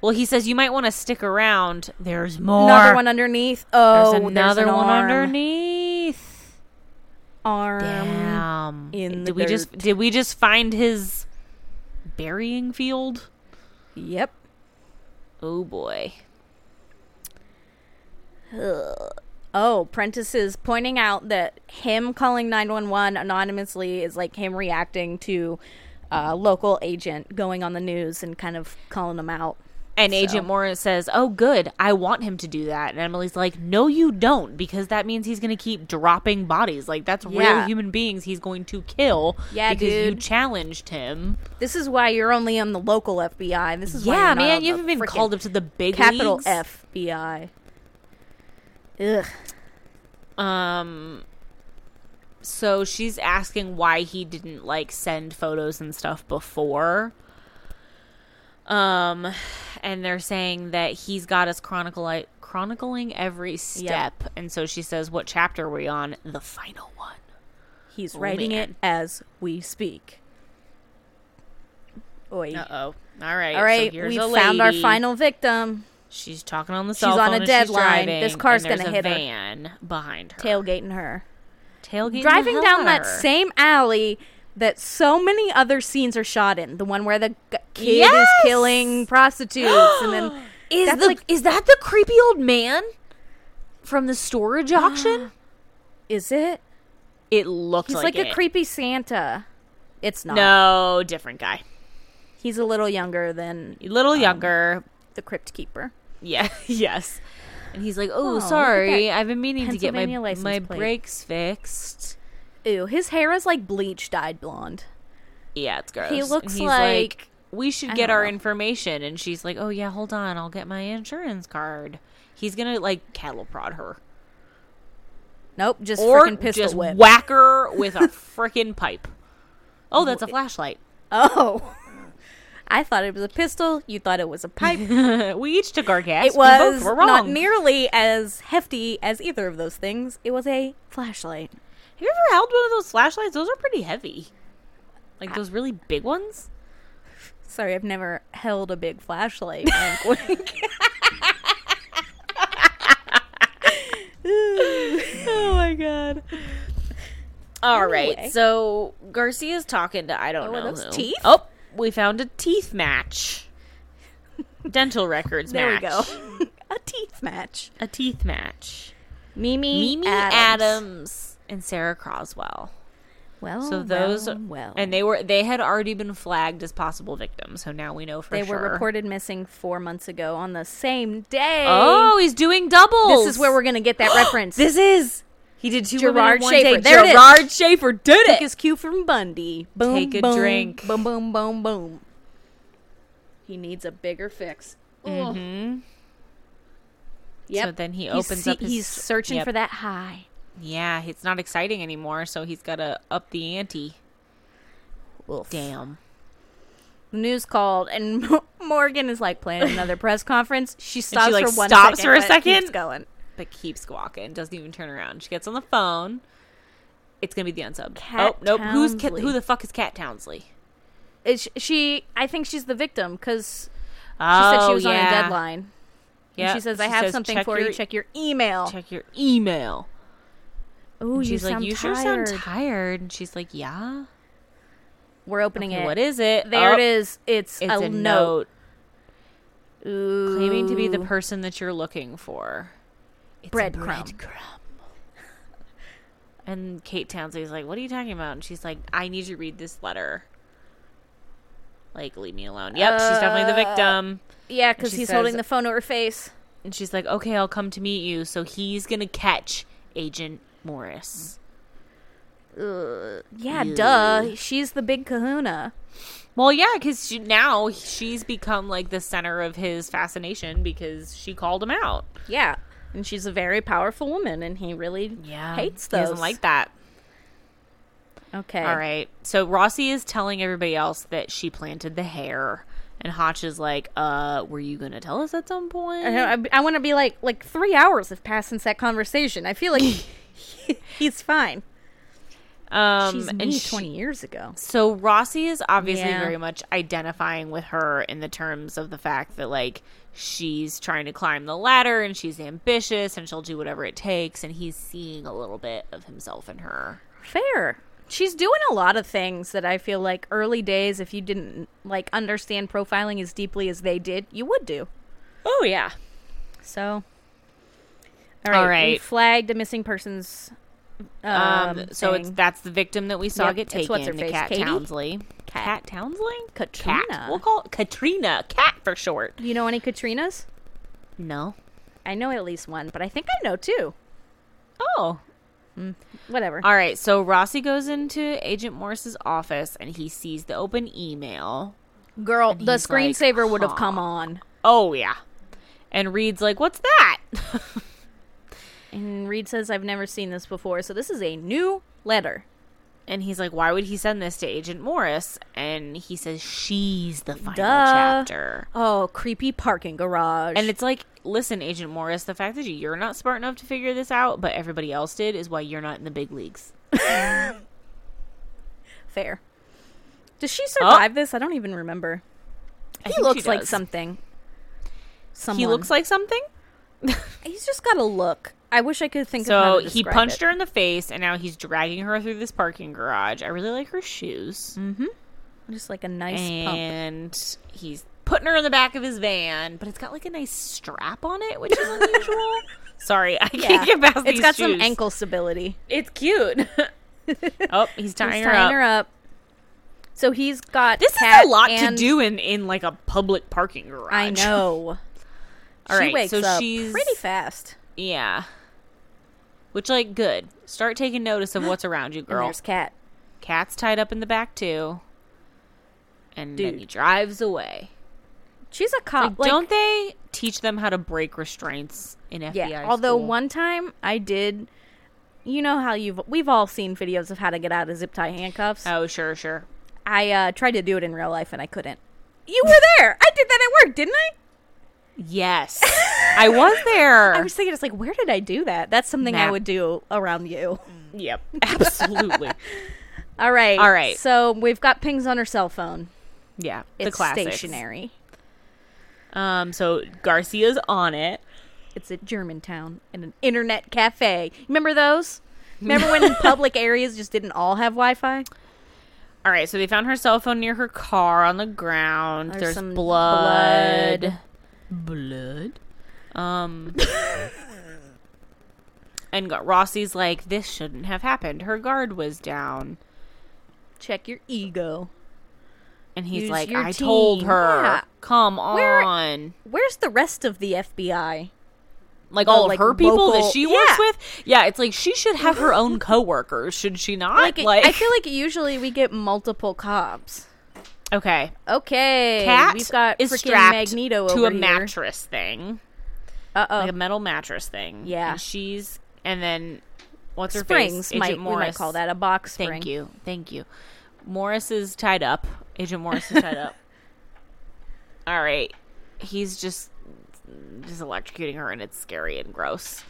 S1: Well, he says you might want to stick around. There's more.
S2: Another one underneath. Oh,
S1: There's another
S2: an
S1: one
S2: arm.
S1: underneath.
S2: Arm.
S1: Damn.
S2: in
S1: did
S2: the
S1: we just
S2: dirt.
S1: did we just find his burying field?
S2: Yep.
S1: Oh boy.
S2: Oh, Prentice is pointing out that him calling 911 anonymously is like him reacting to a local agent going on the news and kind of calling him out.
S1: And Agent Morris says, "Oh, good. I want him to do that." And Emily's like, "No, you don't, because that means he's going to keep dropping bodies. Like that's real
S2: Yeah.
S1: human beings he's going to kill
S2: Yeah,
S1: because you
S2: dude.
S1: challenged him.
S2: This is why you're only on the local FBI. This is why
S1: yeah,
S2: you're not
S1: man,
S2: on
S1: you
S2: the
S1: haven't been
S2: frickin'
S1: called up to the big
S2: capital FBI.
S1: leagues.
S2: Ugh.
S1: Um, so she's asking why he didn't like send photos and stuff before. Um, and they're saying that he's got us chronicle- chronicling every step. And so she says, What chapter are we on? The final one.
S2: He's writing
S1: Oh, man.
S2: it as we speak. Oi.
S1: oh. All right.
S2: All right, we found our final victim.
S1: She's talking on the cell
S2: She's on
S1: phone
S2: a
S1: as
S2: deadline.
S1: driving,
S2: This car's
S1: and there's
S2: gonna
S1: a
S2: hit her.
S1: van behind her.
S2: Tailgating her.
S1: Tailgating
S2: driving
S1: the
S2: down that
S1: hell.
S2: same alley that so many other scenes are shot in. The one where the g- kid
S1: Yes!
S2: is killing prostitutes, and then
S1: Is
S2: That's
S1: the
S2: like-
S1: is that the creepy old man from the storage auction?
S2: is it?
S1: it looked
S2: He's
S1: like,
S2: like, a
S1: it.
S2: creepy Santa. It's not.
S1: No, different guy.
S2: He's a little younger than
S1: A little younger.
S2: the Crypt Keeper.
S1: Yeah. yes. And he's like,
S2: Oh,
S1: "Oh,
S2: look at
S1: sorry.
S2: that
S1: I've been meaning to get my
S2: Pennsylvania license
S1: my
S2: plate."
S1: brakes fixed."
S2: Ew, his hair is like bleach dyed blonde.
S1: Yeah, it's gross.
S2: He
S1: And
S2: looks
S1: he's
S2: like,
S1: "We should
S2: I
S1: get
S2: don't
S1: our
S2: know.
S1: information." And she's like, "Oh yeah, hold on. I'll get my insurance card." He's gonna like cattle prod her
S2: nope, just
S1: or
S2: freaking pistol
S1: just
S2: whip.
S1: whack her with a freaking pipe. Oh, that's a flashlight.
S2: oh, I thought it was a pistol. You thought it was a pipe.
S1: we each took our gas.
S2: It
S1: We both
S2: was
S1: were
S2: not
S1: wrong.
S2: nearly as hefty as either of those things. It was a flashlight.
S1: Have you ever held one of those flashlights? Those are pretty heavy. Like those really big ones.
S2: Sorry, I've never held a big flashlight. Wink, wink.
S1: oh my god. All right,
S2: Anyway.
S1: so Garcia's talking to I don't
S2: Oh, are
S1: know
S2: those
S1: who.
S2: teeth?
S1: Oh, we found a teeth match. Dental records
S2: there we
S1: match.
S2: go. a teeth match.
S1: A teeth match.
S2: Mimi,
S1: Mimi Adams.
S2: Adams.
S1: and Sarah Croswell.
S2: Well,
S1: So those
S2: Oh, well, well.
S1: and they were they had already been flagged as possible victims, so now we know for
S2: they
S1: sure.
S2: were reported missing four months ago on the same day.
S1: Oh, he's doing doubles.
S2: this is where we're gonna get that reference.
S1: This is. He did two
S2: Gerard
S1: women in one
S2: Schaefer.
S1: day.
S2: There it is.
S1: Gerard Schaefer did
S2: took
S1: it.
S2: his cue from Bundy. Boom,
S1: Take a
S2: boom,
S1: drink.
S2: Boom, boom, boom, boom. He needs a bigger fix. Ugh. Yep.
S1: So then he
S2: He's
S1: opens
S2: see-
S1: up his-
S2: He's searching
S1: yep.
S2: for that high.
S1: Yeah, it's not exciting anymore, so he's got to up the ante.
S2: Oof.
S1: Damn.
S2: The news called, and Morgan is like planning another press conference. She stops
S1: like,
S2: for one
S1: stops for a
S2: but keeps
S1: second?
S2: going.
S1: but keeps squawking. Doesn't even turn around. She gets on the phone. It's gonna be the unsub.
S2: Kat
S1: oh nope. Who's Kat,
S2: Townsley.
S1: who the fuck is Cat Townsley?
S2: It's, she, I think she's the victim because she
S1: Oh,
S2: said she was on a
S1: yeah.
S2: deadline. And
S1: Yeah.
S2: she says, "I have something
S1: check
S2: for
S1: your, e-"
S2: you. Check your email."
S1: check your email.
S2: Oh,
S1: And she's like, you sure sound tired. And she's like, yeah.
S2: We're opening
S1: Okay,
S2: it.
S1: what is it?
S2: There
S1: Oh,
S2: it is. It's,
S1: It's
S2: a, note. Ooh.
S1: claiming to be the person that you're looking for. It's a
S2: Breadcrumb.
S1: breadcrumb. And Kate Townsley's like, "What are you talking about?" And she's like, "I need you to read this letter." Like, leave me alone. Yep, she's definitely the
S2: Uh,
S1: victim.
S2: Yeah, because
S1: she
S2: he's
S1: says-
S2: holding the phone to her face.
S1: And she's like, "Okay, I'll come to meet you." So he's gonna catch Agent Morris.
S2: Yeah, duh. She's the big Kahuna.
S1: Well, yeah, because she, now she's become like the center of his fascination because she called him out.
S2: Yeah, and she's a very powerful woman, and he really hates
S1: He
S2: those.
S1: doesn't like that.
S2: Okay,
S1: All right. So Rossi is telling everybody else that she planted the hair, and Hotch is like, "Uh, were you gonna tell us at some point?"
S2: I, know, I, want to be like like three hours have passed since that conversation. I feel like he- he's fine.
S1: Um,
S2: she's me
S1: and she-
S2: twenty years ago.
S1: So Rossi is obviously
S2: Yeah.
S1: very much identifying with her in the terms of the fact that like she's trying to climb the ladder and she's ambitious and she'll do whatever it takes, and he's seeing a little bit of himself in her.
S2: Fair. She's doing a lot of things that I feel like early days, if you didn't like understand profiling as deeply as they did, you would do.
S1: Oh yeah.
S2: So, all right,
S1: All
S2: we
S1: right.
S2: flagged a missing persons.
S1: Um, so it's
S2: thing.
S1: that's the victim that we saw
S2: Yep,
S1: get
S2: it's
S1: taken.
S2: what's her
S1: the
S2: face,
S1: Cat
S2: Katie?
S1: Townsley. Cat, Townsley.
S2: Katrina.
S1: Cat. We'll call it Katrina. Cat for short.
S2: you know any Katrinas?
S1: No.
S2: I know at least one, but I think I know two.
S1: Oh.
S2: Whatever.
S1: All right. So Rossi goes into Agent Morris's office and he sees the open email.
S2: Girl, the
S1: he's like,
S2: screensaver would have
S1: "Huh."
S2: come on.
S1: Oh yeah. And reads like, "What's that?"
S2: And Reed says, I've never seen this before, so this is a new letter.
S1: and he's like, "Why would he send this to Agent Morris?" And he says, "She's the final
S2: Duh.
S1: chapter."
S2: Oh, creepy parking garage.
S1: And it's like, listen, Agent Morris, the fact that you're not smart enough to figure this out, but everybody else did, is why you're not in the big leagues.
S2: fair. Does she survive this? I don't even remember.
S1: I think
S2: He
S1: she
S2: looks like
S1: does.
S2: something. Someone.
S1: He looks like something.
S2: He's just got a look. I wish I could think of how
S1: So
S2: to
S1: he
S2: describe
S1: punched
S2: it.
S1: her in the face, and now he's dragging her through this parking garage. I really like her shoes,
S2: Just like a nice Mm, pump.
S1: and he's putting her in the back of his van, but it's got like a nice strap on it, which is unusual. Sorry, I
S2: Yeah.
S1: can't get past
S2: It's
S1: these
S2: got
S1: shoes.
S2: some ankle stability.
S1: It's cute. oh, he's tying,
S2: He's
S1: her,
S2: tying
S1: up.
S2: her up. So he's got
S1: This
S2: Kat
S1: is a lot to
S2: and-
S1: do in in like a public parking garage.
S2: I know.
S1: All
S2: she
S1: right,
S2: wakes
S1: so
S2: up
S1: she's-
S2: pretty fast.
S1: Yeah. Which, like, good. Start taking notice of what's around you,
S2: And
S1: girl.
S2: there's Cat.
S1: Cat's tied up in the back, too. And then
S2: Dude.
S1: he drives away.
S2: She's a cop.
S1: Like,
S2: like-
S1: don't they teach them how to break restraints in FBI?
S2: yeah. although
S1: school?
S2: one time I did. You know how you've we've all seen videos of how to get out of zip tie handcuffs.
S1: Oh, sure, sure.
S2: I uh, tried to do it in real life and I couldn't. You were there. I did that at work, didn't I?
S1: Yes. I was there.
S2: I was thinking, it's like, where did I do that? That's something I
S1: Nah.
S2: would do around you.
S1: Yep. Absolutely.
S2: Mm. All right.
S1: All right.
S2: So we've got pings on her cell phone.
S1: Yeah.
S2: It's
S1: the classics.
S2: stationary.
S1: Um, so Garcia's on it.
S2: It's at Germantown in an internet cafe. Remember those? Remember when public areas just didn't all have Wi Fi?
S1: All right, so they found her cell phone near her car on the ground.
S2: There's
S1: There's,
S2: some
S1: blood. Blood. Um And got Rossi's like this shouldn't have happened. Her guard was down.
S2: Check your ego.
S1: And he's
S2: Use
S1: like
S2: your
S1: I told
S2: team."
S1: her.
S2: Yeah.
S1: Come on.
S2: Where- Where's the rest of the FBI?
S1: like all
S2: Oh, like,
S1: of her people
S2: local-
S1: that she works
S2: Yeah.
S1: with? Yeah, it's like she should have her own coworkers, should she not?
S2: Like, it- I feel like usually we get multiple cops.
S1: Okay.
S2: Okay,
S1: Cat
S2: we've got
S1: is
S2: freaking
S1: strapped
S2: Magneto
S1: to
S2: over
S1: a
S2: here.
S1: mattress thing.
S2: Uh oh,
S1: like a metal mattress thing.
S2: Yeah.
S1: and she's and then what's her
S2: springs
S1: face?
S2: might we might call that a box spring.
S1: Thank you, thank you. Morris is tied up. Agent Morris is tied up. All right, he's just just electrocuting her, and it's scary and gross.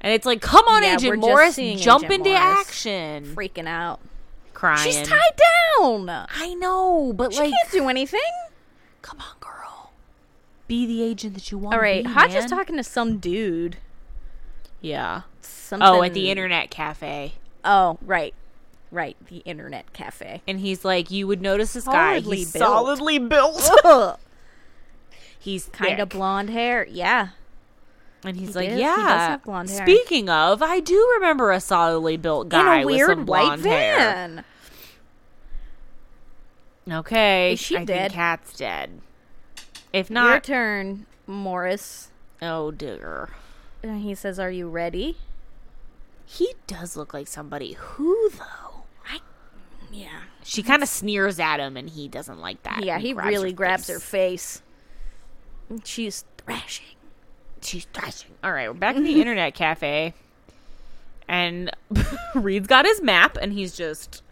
S1: And it's like, come on,
S2: Yeah, we're
S1: Agent
S2: just
S1: Morris,
S2: seeing
S1: jump
S2: Agent
S1: into
S2: Morris.
S1: action.
S2: freaking out.
S1: Crying.
S2: She's tied down.
S1: I know, but
S2: She
S1: like,
S2: can't do anything.
S1: come on, girl. Be the agent that you want.
S2: All right,
S1: be,
S2: Hodge is
S1: man.
S2: talking to some dude.
S1: Yeah.
S2: Something.
S1: Oh, at the internet cafe.
S2: Oh, right, right. The internet cafe.
S1: And he's like, you would notice this guy.
S2: Solidly
S1: He's
S2: built.
S1: solidly built.
S2: kind
S1: he's
S2: of
S1: thick.
S2: blonde hair. Yeah.
S1: And he's
S2: He
S1: like,
S2: does- he
S1: yeah.
S2: does have blonde hair."
S1: Speaking of, I do remember a solidly built guy
S2: In a
S1: with some
S2: weird white
S1: blonde hair.
S2: van.
S1: Okay,
S2: Is she
S1: I think
S2: dead?
S1: Cat's dead. If
S2: Your
S1: not,
S2: turn, Morris.
S1: oh dear.
S2: And he says, "Are you ready?"
S1: He does look like somebody. Who though?
S2: Yeah.
S1: She kind of sneers at him, and he doesn't like that.
S2: Yeah,
S1: and
S2: he
S1: grabs
S2: really grabs her
S1: face.
S2: face. And She's thrashing.
S1: She's thrashing. All right, we're back in the internet cafe, and Reed's got his map, and he's just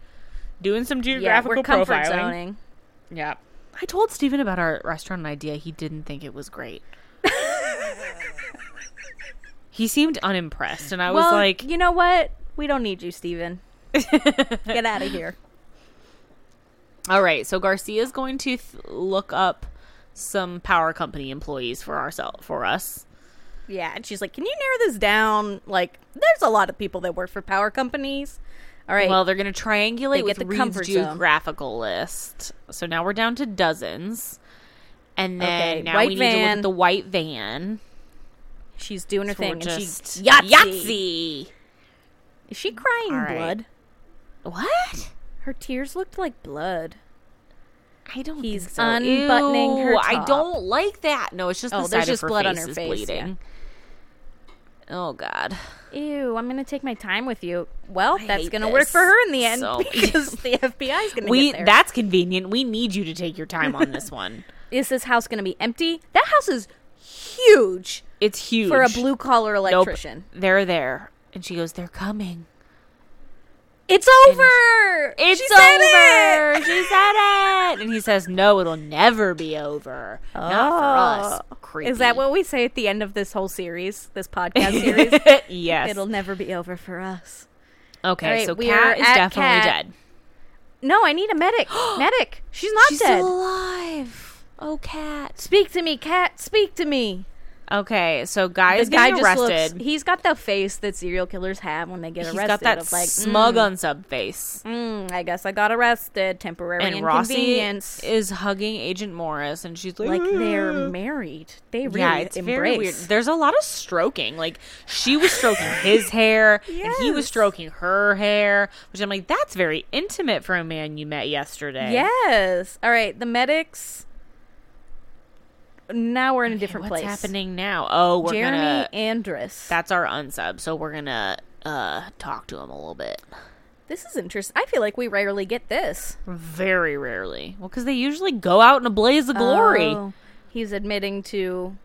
S1: doing some
S2: Yeah,
S1: geographical
S2: we're comfort
S1: profiling.
S2: zoning.
S1: Yeah. I told Steven about our restaurant idea. He didn't think it was great. he seemed unimpressed, and I was
S2: well,
S1: like,
S2: you know what? We don't need you, Steven. Get out of here.
S1: "All right, so Garcia's going to th- look up some power company employees for ourselves for us."
S2: Yeah, and she's like, "Can you narrow this down? Like, there's a lot of people that work for power companies. All right,
S1: Well, they're going to triangulate
S2: They
S1: with
S2: get the
S1: Reed's
S2: comfort zone.
S1: geographical list. So now we're down to dozens. And then
S2: Okay,
S1: now
S2: white
S1: we need to look
S2: van.
S1: at the white van.
S2: she's doing her
S1: So we're
S2: thing, and
S1: just-
S2: she Yahtzee.
S1: Yahtzee.
S2: Is she crying
S1: All right.
S2: blood?
S1: What?
S2: Her tears looked like blood.
S1: I don't.
S2: He's
S1: think so.
S2: unbuttoning her
S1: Ew, I
S2: top.
S1: don't like that. No, it's just
S2: Oh,
S1: the
S2: there's
S1: side
S2: just
S1: of her
S2: blood on
S1: face
S2: her
S1: is
S2: face, yeah.
S1: bleeding. Oh God.
S2: Ew, I'm gonna take my time with you. Well, that's
S1: hate
S2: gonna
S1: this
S2: work for her in the end
S1: so
S2: because the FBI's gonna
S1: We
S2: get there.
S1: that's convenient. We need you to take your time on this one.
S2: Is this house gonna be empty? That house is huge,
S1: It's huge
S2: for a blue collar
S1: Nope.
S2: electrician.
S1: They're there, and she goes, "They're coming."
S2: It's over.
S1: It's
S2: She said
S1: over.
S2: it!
S1: She said it, and he says, "No, it'll never be over. Not for us."
S2: Oh.
S1: Creepy.
S2: Is that what we say at the end of this whole series, this podcast series?
S1: yes.
S2: It'll never be over for us.
S1: okay,
S2: All right,
S1: so
S2: we are
S1: Cat is
S2: at
S1: definitely
S2: Cat.
S1: dead.
S2: No, I need a medic. medic. She's not
S1: She's
S2: dead.
S1: still alive. Oh, Cat.
S2: Speak to me, cat. Speak to me.
S1: Okay, so guy
S2: The
S1: is getting
S2: looks.
S1: arrested.
S2: He's got the face that serial killers have when they get
S1: He's
S2: arrested.
S1: got that
S2: of like
S1: smug
S2: mm,
S1: unsub face.
S2: mm, I guess I got arrested. Temporary
S1: And Rossi
S2: inconvenience.
S1: is hugging Agent Morris, and she's like,
S2: like they're married. They really
S1: yeah, it's
S2: embrace.
S1: very weird. There's a lot of stroking. Like she was stroking his hair, and he was
S2: Yes.
S1: stroking her hair, which I'm like, that's very intimate for a man you met yesterday.
S2: Yes. All right. The medics. Now we're in a
S1: Okay,
S2: different
S1: what's
S2: place.
S1: happening now? Oh, we're
S2: Jeremy
S1: gonna.
S2: Andrus.
S1: That's our unsub, so we're gonna uh talk to him a little bit.
S2: this is interesting. I feel like we rarely get this
S1: Oh. Very rarely. Well, because they usually go out in a blaze of glory.
S2: Oh, he's admitting to.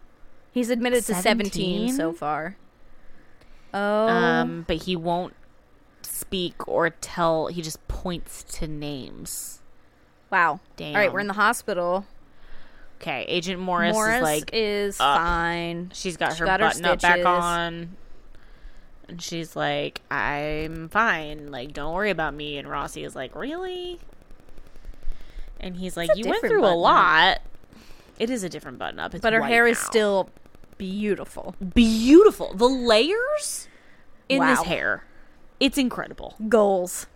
S2: He's admitted to seventeen
S1: 17?
S2: so far. Oh,
S1: Um, but he won't speak or tell. He just points to names.
S2: wow! All right,
S1: damn.
S2: we're in the hospital.
S1: Okay, Agent Morris,
S2: Morris
S1: is like
S2: is
S1: up.
S2: fine.
S1: she's got
S2: she
S1: her
S2: got her
S1: button up back
S2: stitches.
S1: on, and she's like, "I'm fine. Like, don't worry about me." And Rossi is like, "Really?" And he's like,
S2: a
S1: "You went
S2: different
S1: through a
S2: button up."
S1: lot." It is a different button up, It's
S2: But her
S1: white
S2: hair is
S1: now.
S2: still beautiful.
S1: beautiful. The layers in
S2: Wow.
S1: this hair, it's incredible.
S2: Goals.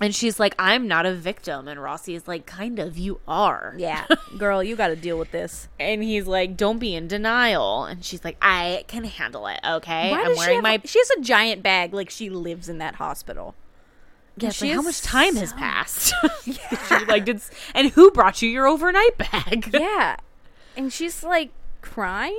S1: And she's like, I'm not a victim. And Rossi is like, kind of, you are.
S2: Yeah, girl, you got to deal with this.
S1: And he's like, don't be in denial. And she's like, I can handle it. Okay.
S2: Why
S1: I'm
S2: does she
S1: wearing
S2: have-
S1: my.
S2: She has a giant bag, like she lives in that hospital.
S1: Yes,
S2: she
S1: like, how
S2: is
S1: much time has passed? She, like, did, and who brought you your overnight bag?
S2: Yeah, and she's like crying.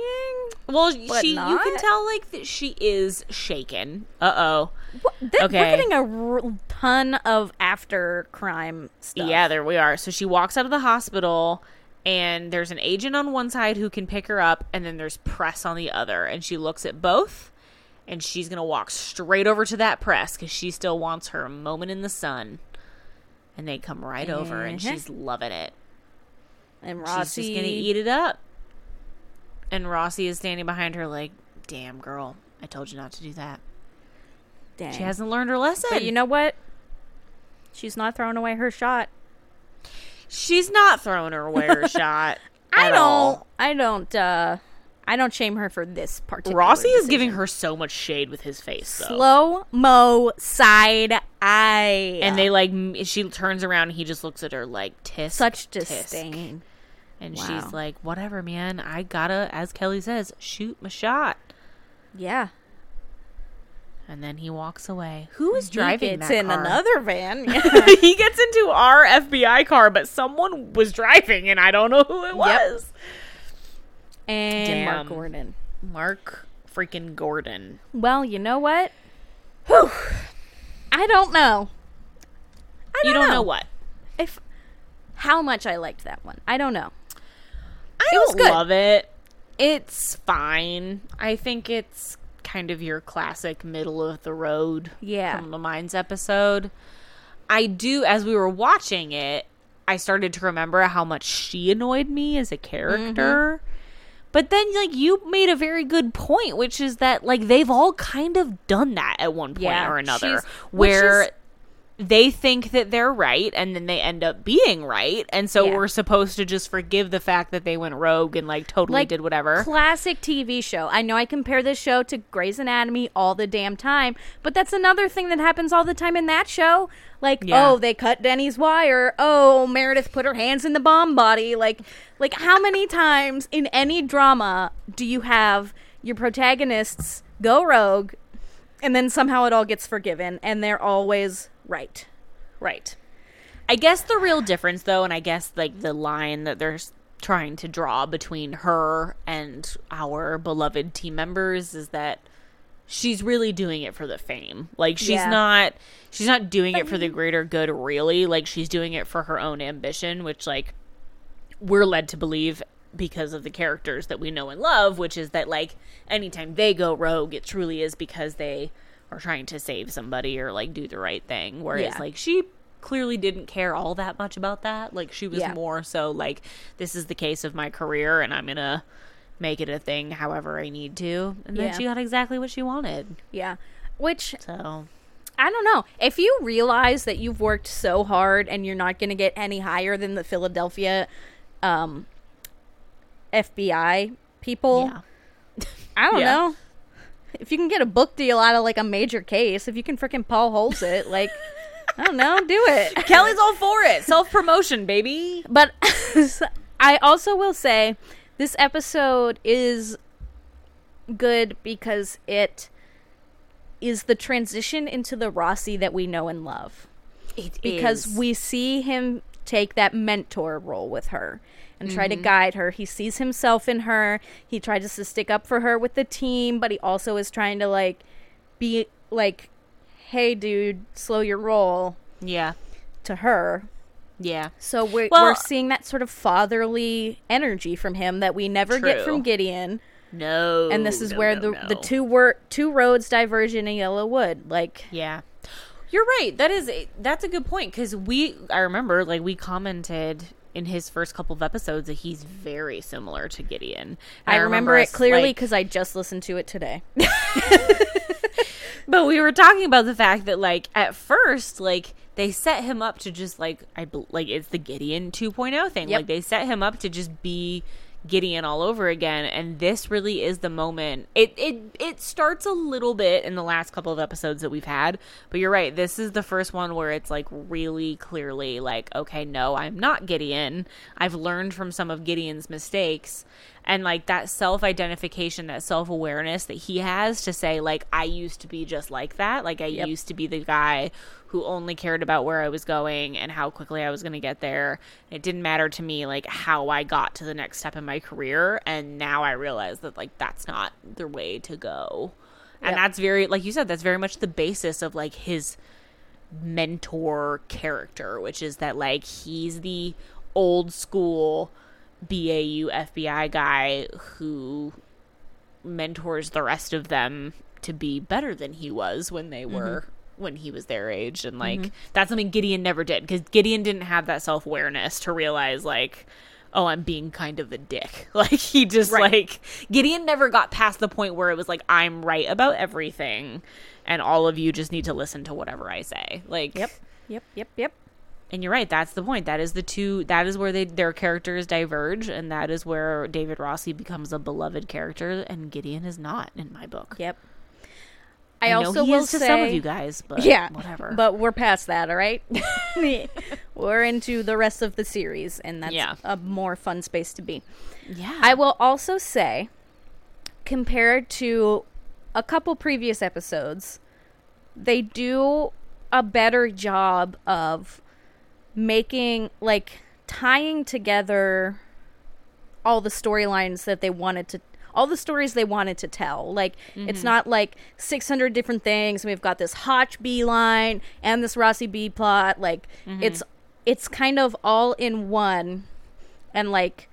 S1: Well,
S2: But
S1: she you can
S2: not.
S1: tell like that she is shaken. Uh oh.
S2: What? Th-
S1: Okay.
S2: We're getting a r- ton of after crime stuff.
S1: Yeah, there we are. So she walks out of the hospital, and there's an agent on one side who can pick her up, and then there's press on the other. And she looks at both, and she's going to walk straight over to that press because she still wants her moment in the sun. And they come right over, and
S2: Mhm.
S1: she's loving it.
S2: and
S1: She's
S2: Rossi.
S1: just going to eat it up. And Rossi is standing behind her, like, damn, girl, I told you not to do that.
S2: Dang.
S1: She hasn't learned her lesson.
S2: But you know what? She's not throwing away her shot.
S1: she's not throwing her away her shot.
S2: I
S1: at
S2: don't.
S1: all.
S2: I don't. uh I don't shame her for this particular.
S1: Rossi is
S2: decision.
S1: giving her so much shade with his face, though.
S2: slow mo side eye,
S1: And they like m- she turns around and he just looks at her like tisk
S2: such
S1: tisk."
S2: disdain.
S1: and
S2: Wow.
S1: she's like whatever man I gotta as Kelly says shoot my shot
S2: Yeah,
S1: and then he walks away who is
S2: He
S1: driving
S2: gets
S1: that
S2: in
S1: car?
S2: another van.
S1: he gets into our FBI car but someone was driving and I don't know who it was
S2: and Mark
S1: Damn.
S2: Gordon.
S1: Mark freaking Gordon
S2: Well, you know what? I don't know. I don't
S1: you don't know what
S2: if how much I liked that one. I don't know.
S1: I
S2: It was
S1: don't
S2: good.
S1: love it. It's fine. I think it's kind of your classic middle of the road
S2: Yeah.
S1: from the Minds episode. I do as we were watching it, I started to remember how much she annoyed me as a character.
S2: Mm-hmm.
S1: But then like you made a very good point, which is that like they've all kind of done that at one point
S2: Yeah,
S1: or another.
S2: she's- which
S1: Where
S2: is-
S1: they think that they're right and then they end up being right and so
S2: Yeah.
S1: we're supposed to just forgive the fact that they went rogue and like totally
S2: Like,
S1: did whatever
S2: Classic TV show. I know I compare this show to Grey's Anatomy all the damn time, but that's another thing that happens all the time in that show. Like,
S1: Yeah.
S2: oh, they cut Denny's wire. Oh, Meredith put her hands in the bomb body. Like, like how many times in any drama do you have your protagonists go rogue, and then somehow it all gets forgiven, and they're always right, right.
S1: i guess the real difference though and i guess like the line that they're s- trying to draw between her and our beloved team members is that she's really doing it for the fame like she's
S2: Yeah.
S1: not she's not doing it for the greater good really like she's doing it for her own ambition which like we're led to believe because of the characters that we know and love, which is that like anytime they go rogue, it truly is because they are trying to save somebody or like do the right thing. Whereas
S2: Yeah.
S1: like she clearly didn't care all that much about that. Like she was
S2: Yeah.
S1: more so like this is the case of my career and I'm gonna make it a thing however I need to. And then
S2: Yeah.
S1: she got exactly what she wanted.
S2: Yeah, which
S1: So
S2: I don't know. If you realize that you've worked so hard and you're not going to get any higher than the Philadelphia um, FBI people,
S1: yeah.
S2: I don't
S1: Yeah.
S2: know. If you can get a book deal out of like a major case, if you can freaking Paul Holes it, like, I don't know, do it.
S1: Kelly's all for it. Self promotion, baby.
S2: But I also will say this episode is good because it is the transition into the Rossi that we know and love.
S1: It
S2: because we see him take that mentor role with her and try
S1: Mm-hmm.
S2: to guide her. He sees himself in her. He tries to stick up for her with the team, but he also is trying to like be like, "Hey, dude, slow your roll."
S1: Yeah.
S2: To her,
S1: Yeah.
S2: so we're we're
S1: Well-
S2: seeing that sort of fatherly energy from him that we never get
S1: True.
S2: from Gideon.
S1: No.
S2: And this is
S1: no,
S2: where
S1: no,
S2: the the
S1: no.
S2: two were two roads diverge in a yellow wood. Like,
S1: Yeah. You're right. That is that's a good point cuz we I remember like we commented in his first couple of episodes that he's very similar to Gideon. And
S2: I, remember, it
S1: us,
S2: clearly
S1: like-
S2: because I just listened to it today.
S1: but we were talking about the fact that like at first like they set him up to just like I bel- like it's the Gideon 2.0 thing.
S2: Yep.
S1: Like they set him up to just be Gideon all over again and this really is the moment. It it it starts a little bit in the last couple of episodes that we've had, but you're right. This is the first one where it's like really clearly like okay, no, I'm not Gideon. I've learned from some of Gideon's mistakes and like that self identification, that self awareness that he has to say, like, I used to be just like that. Like, I used to be the guy who only cared about where I was going and how quickly I was going to get there. It didn't matter to me, like, how I got to the next step in my career. And now I realize that, like, that's not the way to go. And
S2: Yep.
S1: that's very, like you said, that's very much the basis of, like, his mentor character, which is that like he's the old school BAU FBI guy who mentors the rest of them to be better than he was when
S2: Mm-hmm.
S1: they were when he was their age and like that's something Gideon never did cuz Gideon didn't have that self-awareness to realize like oh, I'm being kind of a dick. Like he just
S2: Right.
S1: like Gideon never got past the point where it was like I'm right about everything and all of you just need to listen to whatever I say. Like
S2: Yep. Yep. Yep. Yep.
S1: and you're right, that's the point. That is the two that is where they their characters diverge and that is where David Rossi becomes a beloved character and Gideon is not in my book.
S2: Yep. I,
S1: I know
S2: also
S1: he
S2: will
S1: is
S2: say
S1: to some of you guys, but
S2: Yeah.
S1: whatever.
S2: But we're past that, all right? we're into the rest of the series, and that's
S1: Yeah.
S2: a more fun space to be.
S1: yeah.
S2: I will also say, compared to a couple previous episodes, they do a better job of making, like, tying together all the storylines that they wanted to all the stories they wanted to tell like it's not like 600 different things and we've got this hotch b line and this rossi b plot like it's it's kind of all in one and like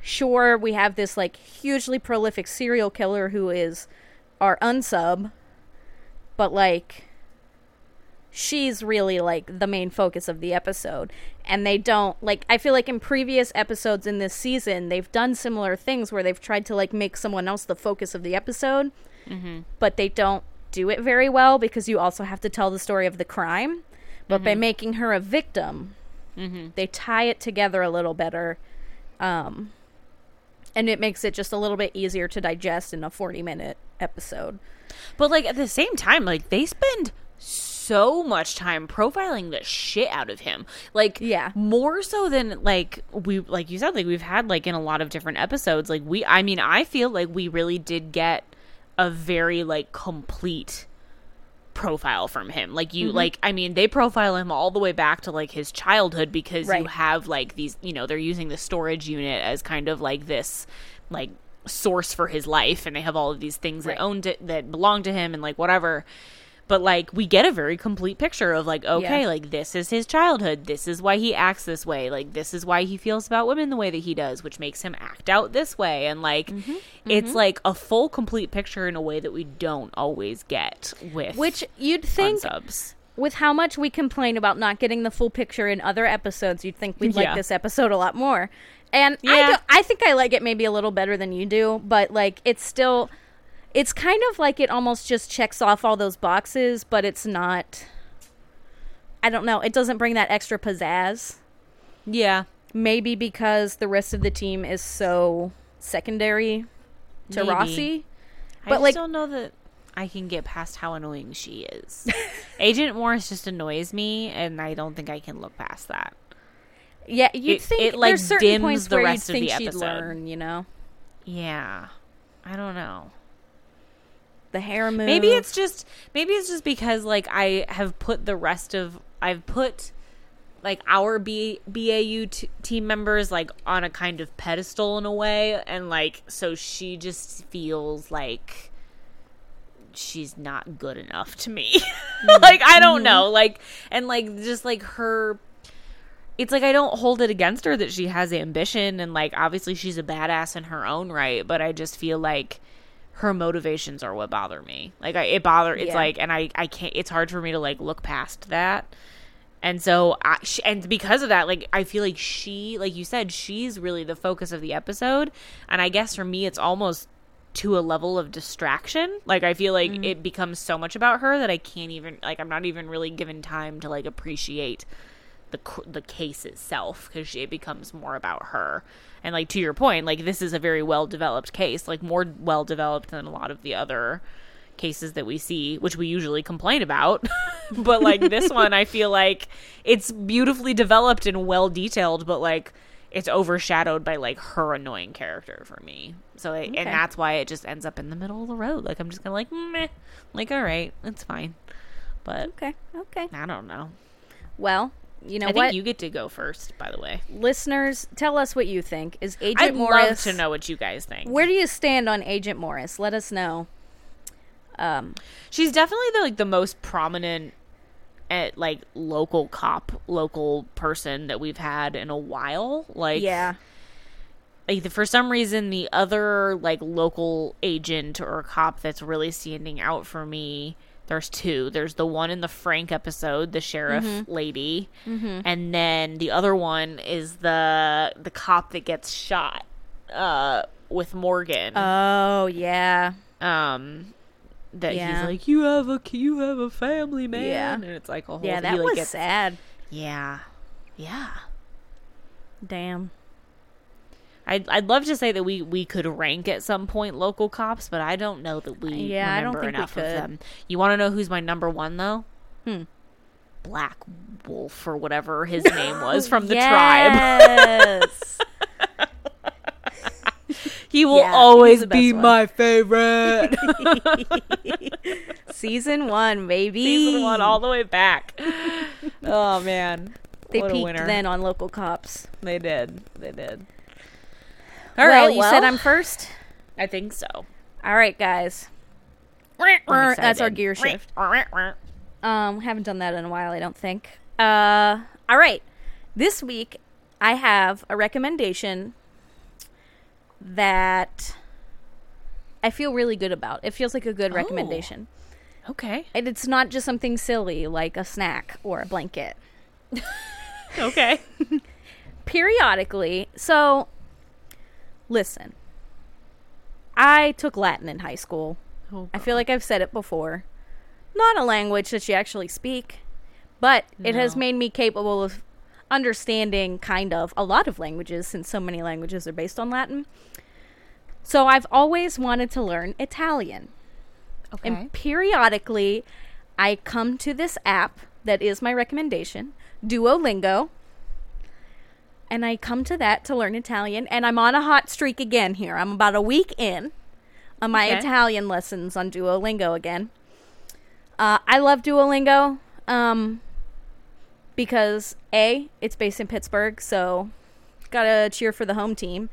S2: sure we have this like hugely prolific serial killer who is our unsub but like she's really like the main focus of the episode and they don't like i feel like in previous episodes in this season they've done similar things where they've tried to like make someone else the focus of the episode but they don't do it very well because you also have to tell the story of the crime but by making her a victim they tie it together a little better um, and it makes it just a little bit easier to digest in a 40 minute episode
S1: But like at the same time, like they spend so much time profiling the shit out of him. Like
S2: Yeah.
S1: more so than like we like you said like we've had like in a lot of different episodes. Like we I mean, I feel like we really did get a very like complete profile from him. Like
S2: Mm-hmm.
S1: you like I mean, they profile him all the way back to like his childhood because you
S2: Right.
S1: have like these, you know, they're using the storage unit as kind of like this like source for his life and they have all of these things
S2: Right.
S1: that owned it that belonged to him and like whatever. But like we get a very complete picture of like okay,
S2: Yeah.
S1: like this is his childhood. This is why he acts this way. Like this is why he feels about women the way that he does, which makes him act out this way and like
S2: Mm-hmm.
S1: it's like a full complete picture in a way that we don't always get with
S2: which you'd think
S1: subs.
S2: with how much we complain about not getting the full picture in other episodes you'd think we'd
S1: Yeah.
S2: like this episode a lot more and
S1: Yeah.
S2: I, don't- I think i like it maybe a little better than you do but like it's still it's kind of like it almost just checks off all those boxes but it's not i don't know it doesn't bring that extra pizzazz
S1: Yeah.
S2: maybe because the rest of the team is so secondary to
S1: Maybe.
S2: rossi
S1: I
S2: But,
S1: just
S2: like-
S1: don't know that I can get past how annoying she is. Agent Morris just annoys me, and I don't think I can look past that.
S2: yeah you'd
S1: It-
S2: think
S1: it, like,
S2: there's certain
S1: dims
S2: points
S1: the
S2: where
S1: rest of
S2: you'd think
S1: the
S2: she'd
S1: episode.
S2: learn you know
S1: Yeah, I don't know.
S2: the hair move
S1: Maybe it's just maybe it's just because like I have put the rest of I've put like our B- BAU t- team members like on a kind of pedestal in a way, and like so she just feels like she's not good enough to me. like I don't know, like and like just like her it's like I don't hold it against her that she has ambition and like obviously she's a badass in her own right, but I just feel like her motivations are what bother me. Like I, it bother it's
S2: Yeah.
S1: like and I I can't it's hard for me to like look past that. And so I she, and because of that like I feel like she like you said she's really the focus of the episode and I guess for me it's almost to a level of distraction. Like I feel like it becomes so much about her that I can't even like I'm not even really given time to like appreciate the c- the case itself because it becomes more about her. And like to your point, like this is a very well developed case, like more well developed than a lot of the other cases that we see, which we usually complain about. but like this one, I feel like it's beautifully developed and well detailed, but like it's overshadowed by like her annoying character for me. So it,
S2: Okay.
S1: and that's why it just ends up in the middle of the road. Like I'm just kind of like, meh, like all right, it's fine. But
S2: okay okay
S1: I don't know.
S2: Well, you know
S1: I
S2: what,
S1: think you get to go first, by the way.
S2: listeners, tell us what you think. Is Agent
S1: I'd
S2: Morris?
S1: love to know what you guys think.
S2: Where do you stand on Agent Morris? Let us know. Um,
S1: She's definitely the, like the most prominent, at like local cop, local person that we've had in a while. Like,
S2: yeah,
S1: like for some reason the other like local agent or cop that's really standing out for me there's two. There's the one in the Frank episode, the sheriff
S2: Mm-hmm.
S1: lady, and then the other one is the the cop that gets shot uh, with Morgan.
S2: Oh yeah.
S1: um, that
S2: yeah.
S1: he's like, you have a you have a family man,
S2: Yeah.
S1: and it's like a whole
S2: Yeah,
S1: he,
S2: that
S1: like,
S2: was
S1: gets-
S2: sad.
S1: yeah, yeah.
S2: Damn.
S1: I'd, I'd love to say that we, we could rank at some point local cops, but I don't know that we
S2: Uh, Yeah, I don't
S1: remember
S2: think we
S1: enough
S2: could.
S1: of them. You want to know who's my number one though?
S2: Hmm.
S1: Black Wolf or whatever his name was from the tribe.
S2: yes.
S1: He will
S2: Yeah, he's
S1: always
S2: the best
S1: be
S2: one.
S1: my favorite.
S2: Season one, baby.
S1: Season one all the way back. oh man,
S2: They
S1: what a
S2: peaked
S1: winner!
S2: then on local cops.
S1: They did. They did. All
S2: All
S1: right,
S2: right, you said I'm first.
S1: I think so.
S2: All right, guys.
S1: I'm
S2: That's our
S1: excited.
S2: gear shift. Um, haven't done that in a while, I don't think. Uh, all right. This week, I have a recommendation that I feel really good about. It feels like a good recommendation,
S1: Okay.
S2: and it's not just something silly like a snack or a blanket.
S1: Okay.
S2: periodically. So, listen, I took Latin in high school.
S1: Oh,
S2: I feel like I've said it before. Not a language that you actually speak, but it has
S1: No.
S2: made me capable of understanding kind of a lot of languages since so many languages are based on Latin. So, I've always wanted to learn Italian.
S1: okay.
S2: And periodically, I come to this app that is my recommendation, Duolingo. And I come to that to learn Italian. And I'm on a hot streak again here. I'm about a week in on my
S1: Okay.
S2: Italian lessons on Duolingo again. Uh, I love Duolingo um, because A, it's based in Pittsburgh, so gotta cheer for the home team.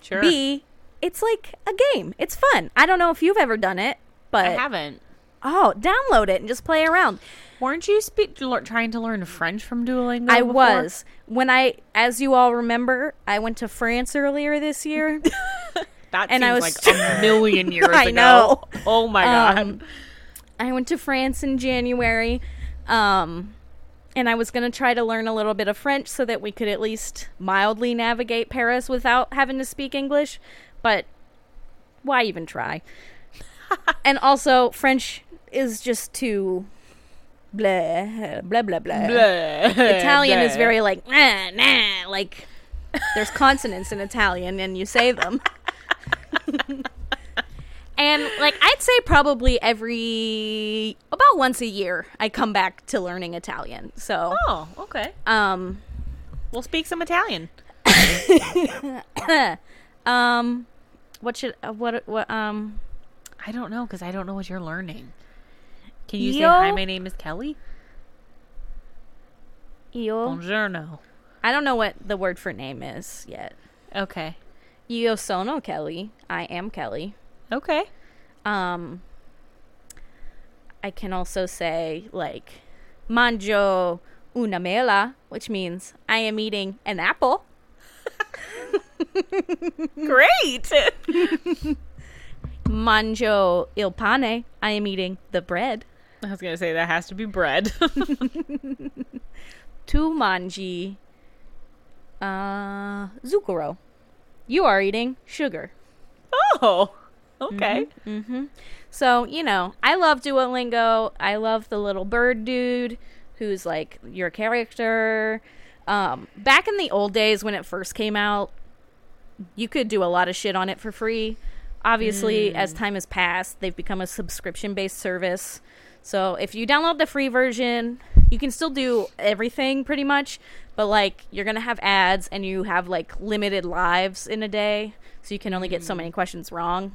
S1: Sure.
S2: B, it's like a game. It's fun. I don't know if you've ever done it, but
S1: I haven't.
S2: Oh, download it and just play around.
S1: Weren't you speak, lear- trying to learn French from Duolingo?
S2: I
S1: before?
S2: was. When I, as you all remember, I went to France earlier this year.
S1: That
S2: And
S1: seems
S2: I was-
S1: like a million years
S2: I
S1: ago.
S2: know.
S1: Oh my god.
S2: Um, I went to France in January. Um, and I was going to try to learn a little bit of French so that we could at least mildly navigate Paris without having to speak English. But why even try? and also, French is just too blah, blah, blah, blah. Italian
S1: uh,
S2: is very like nah, nah, like there's consonants in Italian and you say them. and like I'd say probably every about once a year I come back to learning Italian. So
S1: Oh, okay.
S2: um
S1: We'll speak some Italian.
S2: um what should uh, what what um
S1: I don't know because I don't know what you're learning. Can you say
S2: Yo-
S1: hi? My name is Kelly.
S2: io
S1: Buongiorno.
S2: I don't know what the word for name is yet.
S1: Okay.
S2: Io sono Kelly. I am Kelly.
S1: Okay.
S2: Um, I can also say like "mangio una mela," which means I am eating an apple.
S1: Great.
S2: Mangio il pane. I am eating the bread.
S1: I was gonna say that has to be bread.
S2: Tu mangi uh, zucchero. You are eating sugar.
S1: oh. Okay.
S2: So, you know, I love Duolingo. I love the little bird dude who's like your character. Um, back in the old days when it first came out, you could do a lot of shit on it for free. Obviously,
S1: Hmm.
S2: as time has passed, they've become a subscription based service. So if you download the free version, you can still do everything pretty much, but like you're going to have ads and you have like limited lives in a day. So you can only get so
S1: Hmm.
S2: many questions wrong.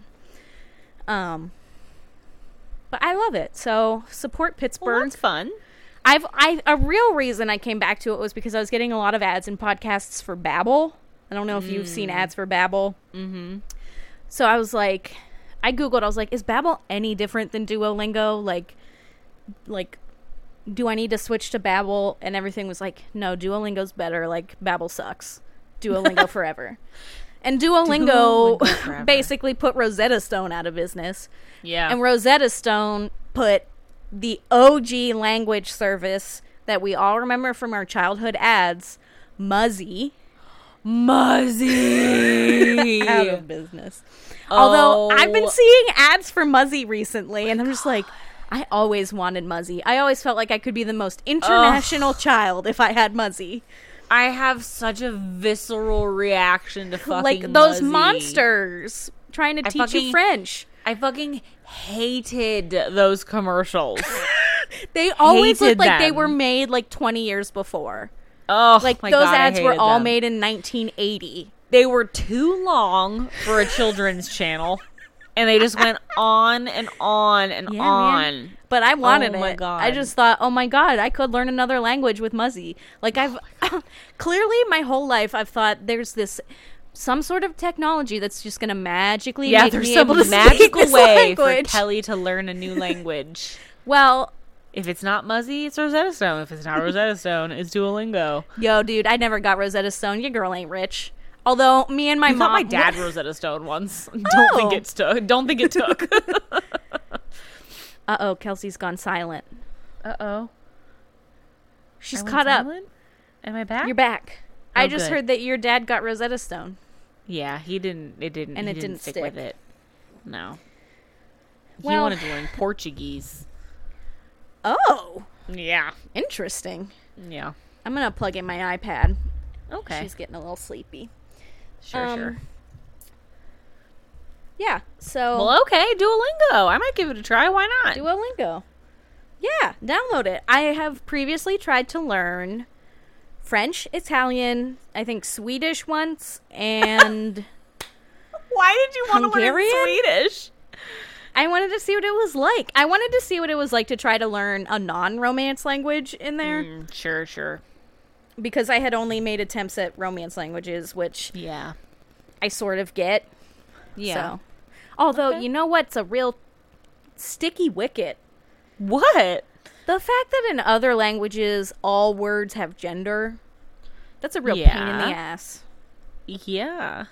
S2: Um, but I love it. So support Pittsburgh.
S1: Well, that's fun.
S2: I've I a real reason I came back to it was because I was getting a lot of ads and podcasts for Babbel. I don't know if you've
S1: Mm.
S2: seen ads for Babbel. Mm-hmm. So I was like, I googled. I was like, is Babbel any different than Duolingo? Like, like, do I need to switch to Babbel? And everything was like, no, Duolingo's better. Like, Babbel sucks. Duolingo forever. And Duolingo,
S1: Duolingo forever.
S2: basically put Rosetta Stone out of business.
S1: Yeah.
S2: And Rosetta Stone put the OG language service that we all remember from our childhood ads, Muzzy,
S1: Muzzy.
S2: out of business. Although I've
S1: Oh.
S2: been seeing ads for Muzzy recently, and I'm just like, I always wanted Muzzy. I always felt like I could be the most international child if I had Muzzy.
S1: I have such a visceral reaction to fucking
S2: like those
S1: Muzzy.
S2: monsters trying to teach
S1: fucking-
S2: you French.
S1: I fucking hated those commercials.
S2: They always
S1: hated
S2: looked like they
S1: them.
S2: were made like 20 years before.
S1: Oh,
S2: Like
S1: my
S2: those
S1: God, I
S2: ads were
S1: hated
S2: all
S1: them.
S2: made in 1980.
S1: They were too long for a children's channel, and they just went on and on and
S2: Yeah,
S1: on.
S2: man. But I wanted
S1: Oh my
S2: it.
S1: God.
S2: I just thought, oh my god, I could learn another language with Muzzy. Like
S1: Oh
S2: I've clearly my whole life I've thought there's this some sort of technology that's just going to magically
S1: Yeah,
S2: make
S1: there's
S2: me
S1: some
S2: able to speak
S1: magical
S2: this
S1: way
S2: language.
S1: for Kelly to learn a new language.
S2: well,
S1: if it's not Muzzy, it's Rosetta Stone. If it's not Rosetta Stone, it's Duolingo.
S2: yo, dude, I never got Rosetta Stone. Your girl ain't rich. Although me and my
S1: I
S2: mom,
S1: taught my dad Rosetta Stone once. Don't think
S2: Oh.
S1: it took. Don't think it took.
S2: Uh oh, Kelsey's gone silent.
S1: uh oh.
S2: She's caught up.
S1: Am I back?
S2: You're back.
S1: Oh,
S2: I just
S1: good.
S2: heard that your dad got Rosetta Stone.
S1: Yeah, he didn't. It didn't.
S2: And
S1: he
S2: it didn't
S1: stick, with
S2: stick.
S1: it. No. he
S2: Well-
S1: wanted to learn Portuguese.
S2: Oh,
S1: Yeah.
S2: interesting.
S1: Yeah.
S2: I'm gonna plug in my iPad.
S1: Okay.
S2: She's getting a little sleepy.
S1: sure.
S2: um,
S1: sure.
S2: Yeah. So
S1: Well, okay. Duolingo. I might give it a try. Why not?
S2: Duolingo. Yeah, download it. I have previously tried to learn French, Italian, I think Swedish once, and
S1: Why did you wanna
S2: Hungarian?
S1: Swedish?
S2: I wanted to see what it was like. I wanted to see what it was like to try to learn a non-romance language in there
S1: Mm, sure. Sure.
S2: because I had only made attempts at romance languages, which
S1: Yeah.
S2: I sort of get.
S1: Yeah.
S2: So. Although,
S1: Okay.
S2: you know what's a real sticky wicket?
S1: What?
S2: The fact that in other languages all words have gender, that's a real pain in
S1: Yeah.
S2: the ass.
S1: Yeah.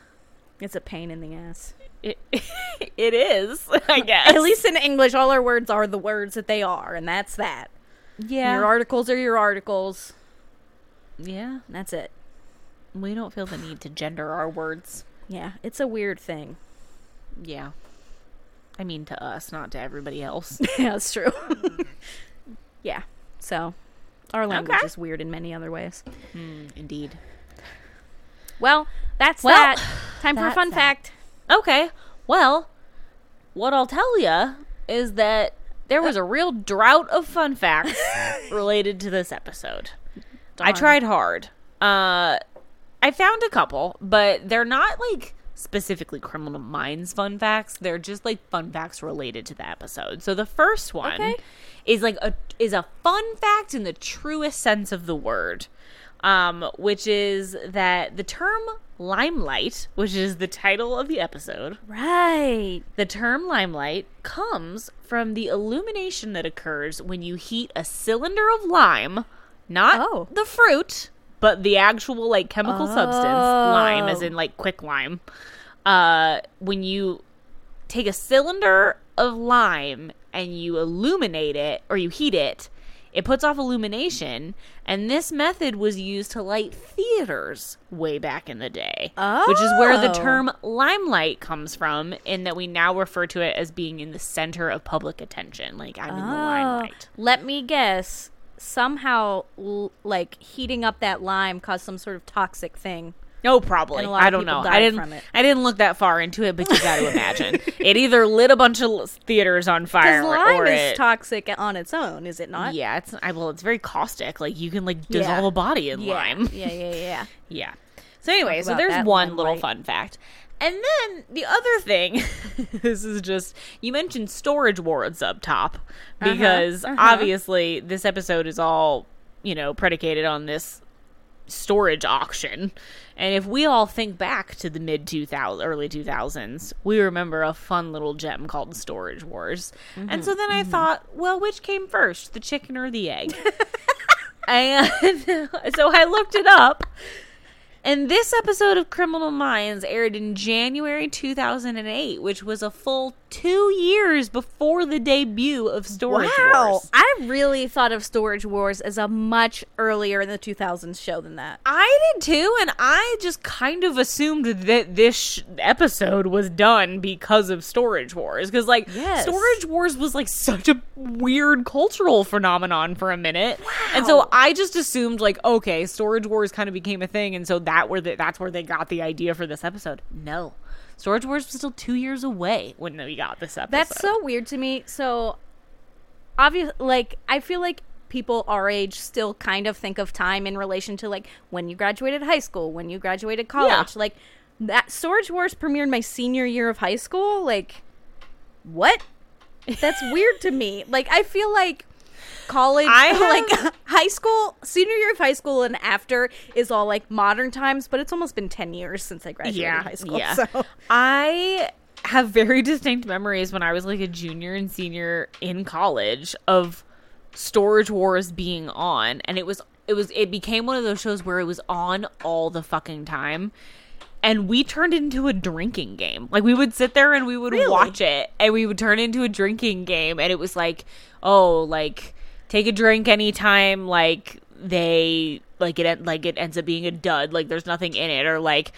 S2: It's a pain in the ass.
S1: It, it is. I guess.
S2: At least in English, all our words are the words that they are, and that's that.
S1: Yeah.
S2: Your articles are your articles.
S1: yeah.
S2: and That's it.
S1: We don't feel the need to gender our words.
S2: Yeah, it's a weird thing.
S1: Yeah. I mean, to us, not to everybody else.
S2: yeah, that's true. yeah, so our language
S1: Okay.
S2: is weird in many other ways.
S1: Indeed.
S2: Well, that's
S1: Well,
S2: that. Time for a
S1: that's
S2: fun
S1: that.
S2: fact.
S1: Okay. Well, what I'll tell you is that there was a real drought of fun facts related to this episode. I
S2: Darn.
S1: tried hard. Uh, I found a couple, but they're not like specifically criminal minds fun facts. They're just like fun facts related to the episode. So the first one
S2: Okay.
S1: is like a is a fun fact in the truest sense of the word. Um, which is that the term limelight, which is the title of the episode,
S2: Right.
S1: the term limelight comes from the illumination that occurs when you heat a cylinder of lime, not
S2: Oh.
S1: the fruit, but the actual like chemical substance, lime, as
S2: Oh.
S1: in like quick lime. Uh, when you take a cylinder of lime and you illuminate it or you heat it, it puts off illumination, and this method was used to light theaters way back in the day, which is where the
S2: Oh.
S1: term limelight comes from, in that we now refer to it as being in the center of public attention. Like I'm in the limelight.
S2: Ah. Let me guess. Somehow, l- like heating up that lime caused some sort of toxic thing.
S1: No, probably.
S2: And a lot
S1: I
S2: of
S1: don't
S2: people
S1: know.
S2: died
S1: I didn't.
S2: from it.
S1: I didn't look that far into it, but you got to imagine it either lit a bunch of l- theaters on fire,
S2: Because lime
S1: or
S2: is
S1: it-
S2: toxic on its own, is it not?
S1: Yeah, it's I, well, it's very caustic. Like you can like dissolve a body in
S2: Yeah.
S1: lime.
S2: Yeah, yeah, yeah.
S1: Yeah. So anyway, so
S2: about
S1: there's
S2: that
S1: one
S2: limelight.
S1: little fun fact. And then the other thing, this is just you mentioned storage wards up top because
S2: uh-huh.
S1: obviously this episode is all, you know, predicated on this storage auction. And if we all think back to the mid 2000s, early 2000s, we remember a fun little gem called Storage Wars.
S2: Mm-hmm,
S1: And so then I thought, well, which came first, the
S2: uh,
S1: chicken or the egg? and so I looked it up. And this episode of Criminal Minds aired in January 2008, which was a full two years before the debut of Storage Wars.
S2: I really thought of Storage Wars as a much earlier in the 2000s show than that.
S1: I did too, and I just kind of assumed that this sh- episode was done because of Storage Wars. Because, like,
S2: Yes.
S1: Storage Wars was like such a weird cultural phenomenon for a minute. And so I just assumed, like, okay, Storage Wars kind of became a thing. And so that where the, that's where they got the idea for this episode. No. Storage Wars was still two years away when we got this episode.
S2: That's so weird to me. So, obvious, like I feel like people our age still kind of think of time in relation to like when you graduated high school, when you graduated college, like that Storage Wars premiered my senior year of high school. Like, what? That's weird to me. Like, I feel like college,
S1: I have-
S2: like high school, senior year of high school, and after is all like modern times. But it's almost been ten years since I graduated high school. So.
S1: I have very distinct memories when I was like a junior and senior in college of Storage Wars being on, and it was it was it became one of those shows where it was on all the fucking time. And we turned it into a drinking game. Like we would sit there and we would watch it and we would turn it into a drinking game and it was like, oh, like take a drink anytime like they like it en- like it ends up being a dud like there's nothing in it or like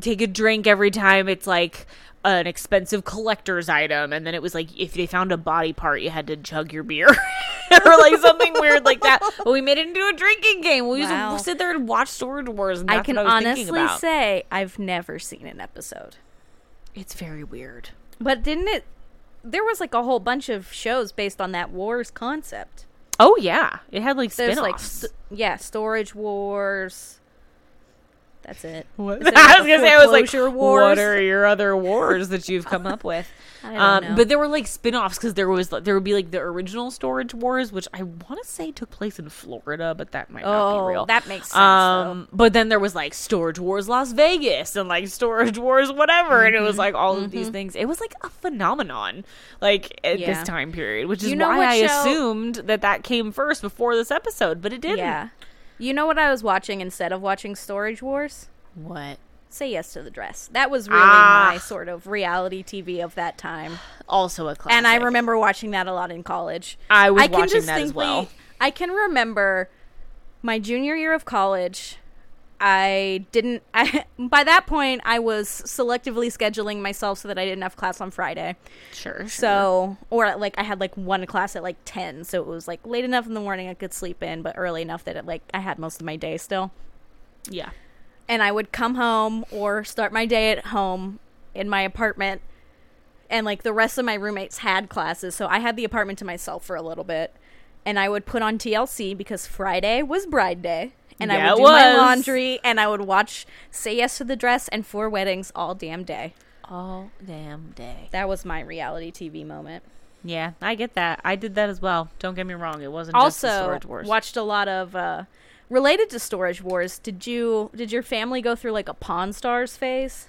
S1: take a drink every time it's like an expensive collector's item and then it was like if they found a body part you had to chug your beer or like something weird like that but we made it into a drinking game we
S2: Wow.
S1: used to sit there and watch Storage Wars and
S2: I
S1: that's
S2: can
S1: what I was thinking
S2: honestly
S1: about.
S2: say I've never seen an episode.
S1: it's very weird
S2: But didn't it? There was like a whole bunch of shows based on that wars concept.
S1: oh yeah it had like
S2: There's
S1: spin-offs
S2: like, st- yeah, storage wars. That's it.
S1: What?
S2: Is there,
S1: I
S2: like,
S1: was
S2: a
S1: gonna say, I was
S2: foreclosure
S1: like, what are your other wars that you've come up with?
S2: I don't know.
S1: But there were like spin-offs because there was there would be like the original Storage Wars, which I want to say took place in Florida, but that might not
S2: Oh,
S1: be real.
S2: that makes sense,
S1: Um, but then there was like Storage Wars Las Vegas and like Storage Wars whatever, and it
S2: Mm-hmm.
S1: was like all of these things. It was like a phenomenon, like at
S2: Yeah.
S1: this time period, which is
S2: You know
S1: why
S2: what
S1: I
S2: show-
S1: assumed that that came first before this episode, but it didn't.
S2: Yeah. You know what I was watching instead of watching Storage Wars?
S1: What?
S2: Say Yes to the Dress. That was really
S1: Ah.
S2: my sort of reality TV of that time.
S1: Also a classic.
S2: and I remember watching that a lot in college.
S1: I was watching that as well.
S2: distinctly- I can remember my junior year of college. I didn't. I, by that point, I was selectively scheduling myself so that I didn't have class on Friday.
S1: Sure. sure.
S2: So, or like I had like one class at like ten, so it was like late enough in the morning I could sleep in, but early enough that it like I had most of my day still
S1: yeah.
S2: and I would come home or start my day at home in my apartment. And like the rest of my roommates had classes, so I had the apartment to myself for a little bit. And I would put on TLC because Friday was bride day. And I
S1: Yeah, it
S2: would do my
S1: was.
S2: laundry and I would watch Say Yes to the Dress and Four Weddings all damn day.
S1: all damn day.
S2: That was my reality TV moment.
S1: Yeah, I get that. I did that as well. Don't get me wrong. It wasn't just the
S2: also
S1: storage wars.
S2: watched a lot of uh related to Storage Wars. Did you did your family go through like a Pawn Stars phase?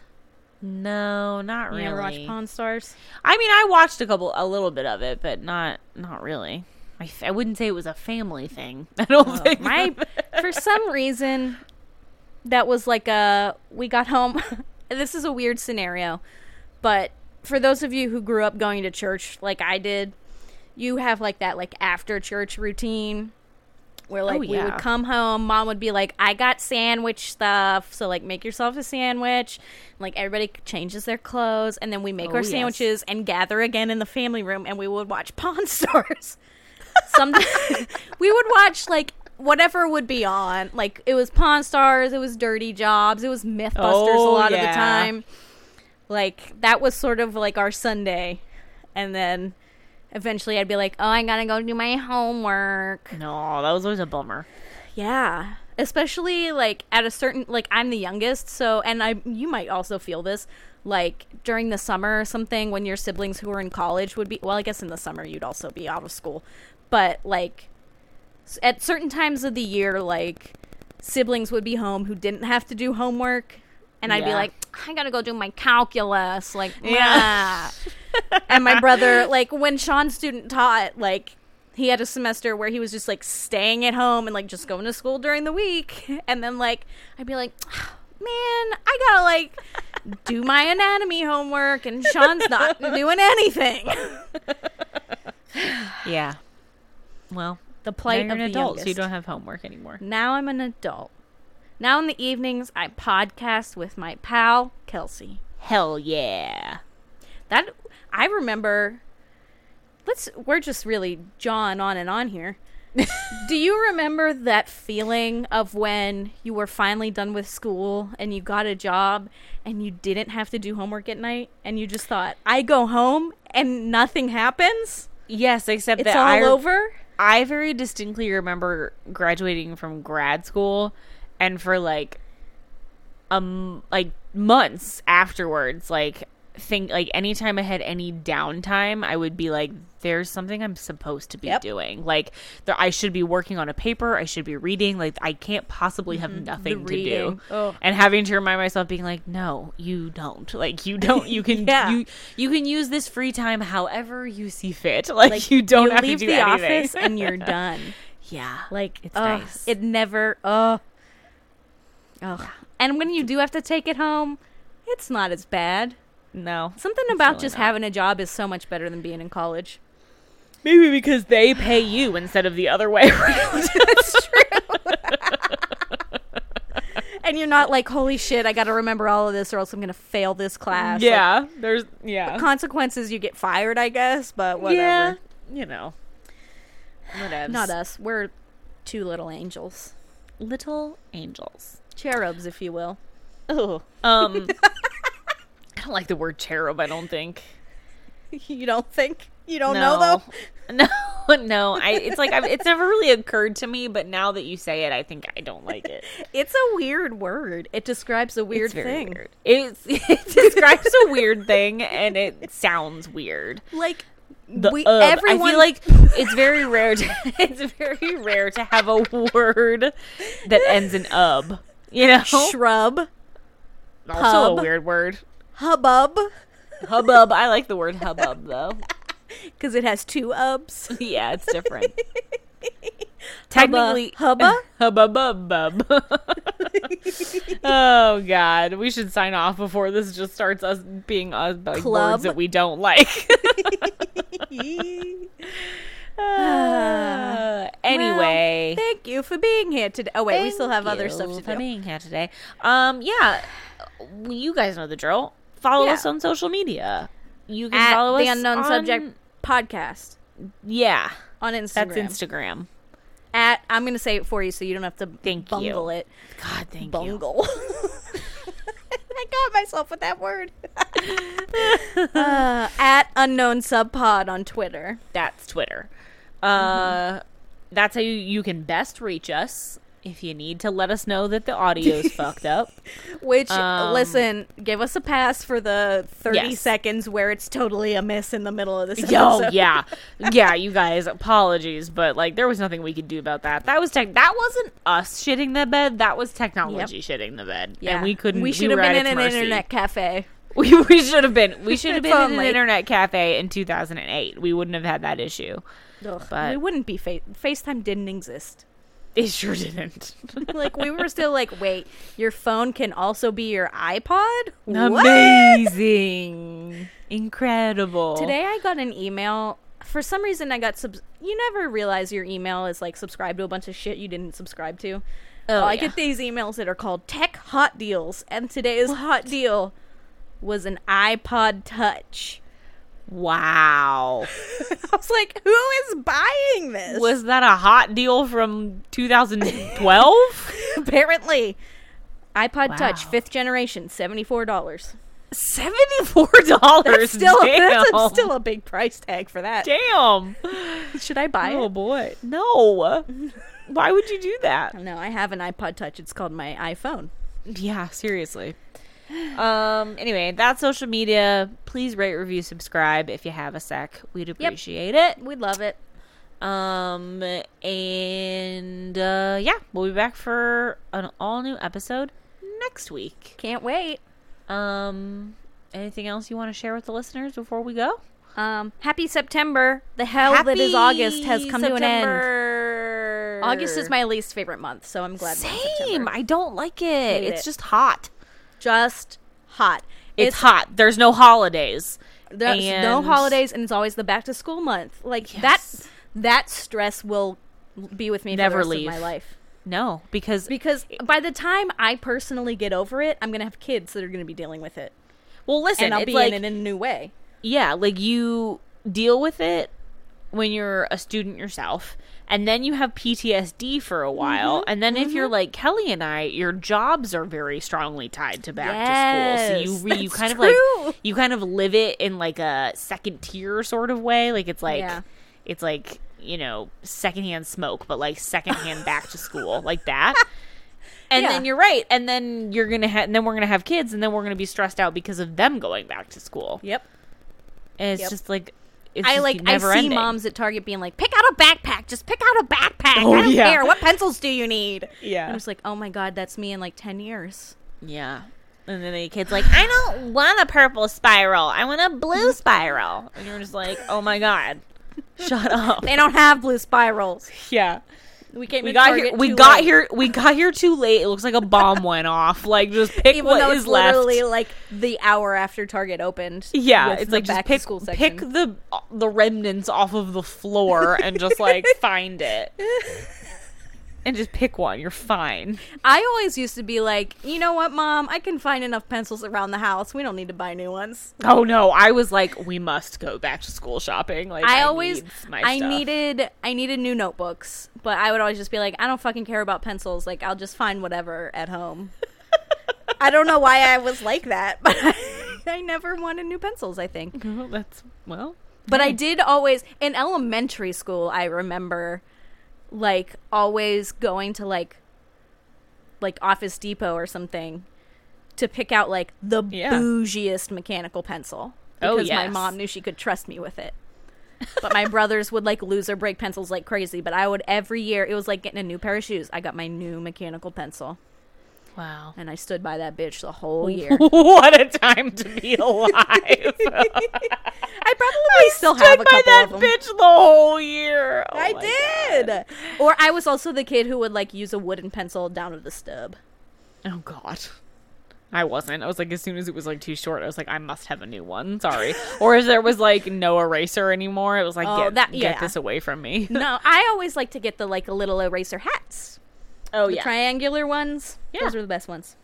S1: no, not
S2: You ever watch
S1: really.
S2: Pawn Stars?
S1: I mean, I watched a couple, a little bit of it, but not, not really. I, f- I wouldn't say it was a family thing. I don't think
S2: Oh, my for some reason that was like a we got home this is a weird scenario but for those of you who grew up going to church like i did you have like that like after church routine where like we
S1: Oh, yeah.
S2: would come home mom would be like i got sandwich stuff so like make yourself a sandwich like everybody changes their clothes and then we make
S1: Oh,
S2: our
S1: yes.
S2: sandwiches and gather again in the family room and we would watch pawn stars some we would watch like whatever would be on like it was pawn stars it was dirty jobs it was mythbusters
S1: Oh,
S2: a lot of the
S1: yeah.
S2: time like that was sort of like our sunday and then eventually i'd be like oh i gotta go do my homework
S1: no, that was always a bummer.
S2: yeah especially like at a certain like i'm the youngest so and i you might also feel this like during the summer or something when your siblings who are in college would be well i guess in the summer you'd also be out of school but like s- at certain times of the year like siblings would be home who didn't have to do homework and i'd be
S1: Yeah.
S2: like i gotta go do my calculus like
S1: Yeah.
S2: "Meh." and my brother like when sean student taught like he had a semester where he was just like staying at home and like just going to school during the week and then like i'd be like man, I gotta like do my anatomy homework, and Sean's not doing anything.
S1: Yeah. Well,
S2: The
S1: now
S2: plight
S1: you're
S2: of
S1: an
S2: the
S1: adult,
S2: youngest.
S1: so you don't have homework anymore.
S2: Now I'm an adult. Now in the evenings, I podcast with my pal Kelsey.
S1: Hell yeah.
S2: That I remember. Let's. We're just really jawing on and on here. Do you remember that feeling of when you were finally done with school and you got a job and you didn't have to do homework at night and you just thought, I go home and nothing happens?
S1: Yes, except
S2: It's
S1: that
S2: all
S1: I,
S2: over?
S1: I very distinctly remember graduating from grad school and for like um like months afterwards like think like anytime I had any downtime I would be like there's something I'm supposed to be
S2: Yep.
S1: doing like there, I should be working on a paper I should be reading like I can't possibly have nothing
S2: Mm-hmm.
S1: to do
S2: reading. Oh. Ugh.
S1: and having to remind myself being like no you don't like you don't you can
S2: Yeah.
S1: you you can use this free time however you see fit like, you don't have
S2: leave
S1: to do
S2: the
S1: anything.
S2: office and you're done.
S1: yeah
S2: Like
S1: It's
S2: it's ugh,
S1: nice.
S2: It never. Ugh. Ugh. And when you do have to take it home, it's not as bad.
S1: no
S2: Something about
S1: really
S2: just
S1: not.
S2: having a job is so much better than being in college.
S1: maybe because they pay you instead of the other way around
S2: That's true. and you're not like, holy shit, I got to remember all of this, or else I'm gonna fail this class. Like,
S1: yeah there's yeah
S2: consequences, you get fired, I guess. But whatever.
S1: yeah you know whatever
S2: Not us. We're two little angels,
S1: little angels
S2: cherubs, if you will.
S1: oh um I don't like the word cherub I don't think
S2: you don't think? You don't
S1: though. No, no. I it's like I've, it's never really occurred to me, but now that you say it, I think I don't like it.
S2: It's a weird word. It describes a weird
S1: It's very
S2: thing.
S1: Weird. It's, it describes a weird thing, and it sounds weird.
S2: Like
S1: The
S2: we
S1: of.
S2: everyone
S1: I feel like it's very rare. To, it's very rare to have a word that ends in ub. You know,
S2: shrub,
S1: also
S2: pub.
S1: a weird word.
S2: hubbub,
S1: Hubbub. I like the word hubbub though.
S2: because it has two ubs.
S1: Yeah, it's different. Technically,
S2: hubba?
S1: hubba bub bub. oh God, we should sign off before this just starts us being us about
S2: Club.
S1: words that we don't like. Uh, anyway,
S2: Thank you for being here today. Oh wait, we still have other stuff to
S1: for
S2: do.
S1: being here today. Um, yeah, well, you guys know the drill. Follow
S2: Yeah.
S1: us on social media. You can
S2: At
S1: follow
S2: the
S1: us
S2: unknown
S1: on-
S2: subject podcast
S1: Yeah,
S2: on Instagram.
S1: that's Instagram.
S2: At I'm gonna say it for you so you don't have to
S1: Thank you.
S2: bungle it.
S1: God, thank you.
S2: bungle. I got myself with that word. uh, at unknown subpod on Twitter.
S1: that's Twitter. Uh, that's how you, you can best reach us if you need to let us know that the audio's fucked up.
S2: Which
S1: Um,
S2: listen, give us a pass for the thirty
S1: Yes.
S2: seconds where it's totally a miss in the middle of this
S1: Yo,
S2: episode.
S1: yeah, yeah, you guys, apologies, but like there was nothing we could do about that. That was tech. That wasn't us shitting the bed. That was technology shitting the bed, and we couldn't.
S2: We should
S1: were
S2: have
S1: at
S2: been in
S1: its
S2: an
S1: mercy.
S2: internet cafe.
S1: We, we should have been. We should have been in an
S2: Totally.
S1: internet cafe in 2008. We wouldn't have had that issue.
S2: Ugh,
S1: But-
S2: we wouldn't be fa- FaceTime didn't exist.
S1: It sure didn't.
S2: Like we were still like, wait, your phone can also be your iPod? What?
S1: Amazing. Incredible.
S2: Today I got an email. For some reason, I got subs. You never realize your email is like subscribed to a bunch of shit you didn't subscribe to. Uh,
S1: Oh,
S2: I
S1: yeah.
S2: get these emails that are called tech hot deals, and today's hot deal was an iPod Touch.
S1: Wow.
S2: I was like, who is buying this?
S1: Was that a hot deal from 2012?
S2: apparently iPod Touch
S1: Wow.
S2: fifth generation, seventy four dollars.
S1: $74.
S2: Still,
S1: Damn.
S2: that's a, still a big price tag for that.
S1: Damn.
S2: Should I buy
S1: Oh
S2: it?
S1: boy. No. Why would you do that?
S2: No, I have an iPod Touch. It's called my iPhone.
S1: Yeah, seriously. Um anyway, that's social media. Please rate, review, subscribe if you have a sec. We'd appreciate
S2: We love it.
S1: it. Um and uh yeah, we'll be back for an all new episode next week.
S2: Can't wait.
S1: Um, anything else you want to share with the listeners before we go?
S2: Um, happy September. The hell that is August has come to an end. August is my least favorite month, so I'm glad. we're in
S1: same.
S2: September.
S1: I don't like it. it's
S2: it.
S1: just hot.
S2: Just hot.
S1: It's, hot. There's no holidays.
S2: There's no
S1: And-
S2: holidays, and it's always the back to school month. Like
S1: Yes.
S2: that. That stress will be with me
S1: Never
S2: for the rest
S1: leave.
S2: of my life.
S1: No, because
S2: Because by the time I personally get over it, I'm gonna have kids that are gonna be dealing with it,
S1: well, listen,
S2: and I'll
S1: it's
S2: be
S1: like
S2: in it in a new way.
S1: yeah, like you deal with it when you're a student yourself, and then you have PTSD for a while,
S2: Mm-hmm,
S1: and then if you're like Kelly and I, your jobs are very strongly tied to back to school,
S2: Yes,
S1: so you re- you
S2: that's
S1: kind of
S2: true.
S1: like you kind of live it in like a second tier sort of way, like it's like
S2: Yeah.
S1: it's like you know secondhand smoke, but like secondhand back to school, like that. And
S2: Yeah.
S1: then you're right. And then you're gonna ha- and then we're gonna have kids, and then we're gonna be stressed out because of them going back to school.
S2: Yep.
S1: And it's
S2: Yep.
S1: just like it's
S2: I
S1: just
S2: like I see
S1: never ending.
S2: moms at Target being like, "Pick out a backpack. Just pick out a backpack.
S1: Oh,
S2: I don't
S1: yeah.
S2: care. What pencils do you need?"
S1: Yeah.
S2: I'm just like, "Oh my god, that's me in like ten years."
S1: Yeah. And then the kid's like, I don't want a purple spiral. I want a
S2: Mm-hmm.
S1: blue spiral. And you're just like, oh my God. Shut up.
S2: They don't have blue spirals.
S1: Yeah.
S2: We came.
S1: We
S2: to
S1: got
S2: Target
S1: here we
S2: too
S1: got
S2: late,
S1: here we got here too late. It looks like a bomb went off. Like just pick
S2: even though
S1: what
S2: it's
S1: is left.
S2: literally like the hour after Target opened.
S1: yeah,
S2: with
S1: it's
S2: the
S1: like just
S2: back to
S1: pick
S2: school
S1: pick
S2: section.
S1: the the remnants off of the floor and just like find it. And just pick one. You're fine.
S2: I always used to be like, you know what, mom? I can find enough pencils around the house. We don't need to buy new ones.
S1: Oh no, I was like, we must go back to school shopping. Like
S2: I always,
S1: needs my
S2: I
S1: stuff.
S2: needed, I needed new notebooks, but I would always just be like, I don't fucking care about pencils. Like, I'll just find whatever at home. I don't know why I was like that, but I, I never wanted new pencils. I think,
S1: Well, that's well.
S2: but
S1: Hmm.
S2: I did always in elementary school. I remember, like, always going to like, like Office Depot or something, to pick out like the
S1: Yeah.
S2: bougiest mechanical pencil
S1: Oh,
S2: because my
S1: yes.
S2: mom knew she could trust me with it. but my brothers would like lose or break pencils like crazy. But I would every year. It was like getting a new pair of shoes. I got my new mechanical pencil,
S1: Wow.
S2: and I stood by that bitch the whole year.
S1: what a time to be alive. I
S2: I probably still
S1: stood
S2: have a
S1: by
S2: couple
S1: that
S2: of them.
S1: bitch the whole year. Oh
S2: I
S1: my
S2: did. Or I was also the kid who would like use a wooden pencil down to the stub.
S1: God. Oh god. I wasn't. I was like, as soon as it was like too short, I was like, I must have a new one. Sorry. or if there was like no eraser anymore, it was like,
S2: Oh,
S1: get,
S2: that-
S1: get
S2: yeah.
S1: this away from me.
S2: No, I always like to get the like little eraser hats.
S1: Oh
S2: The triangular ones.
S1: Yeah.
S2: Those are the best ones.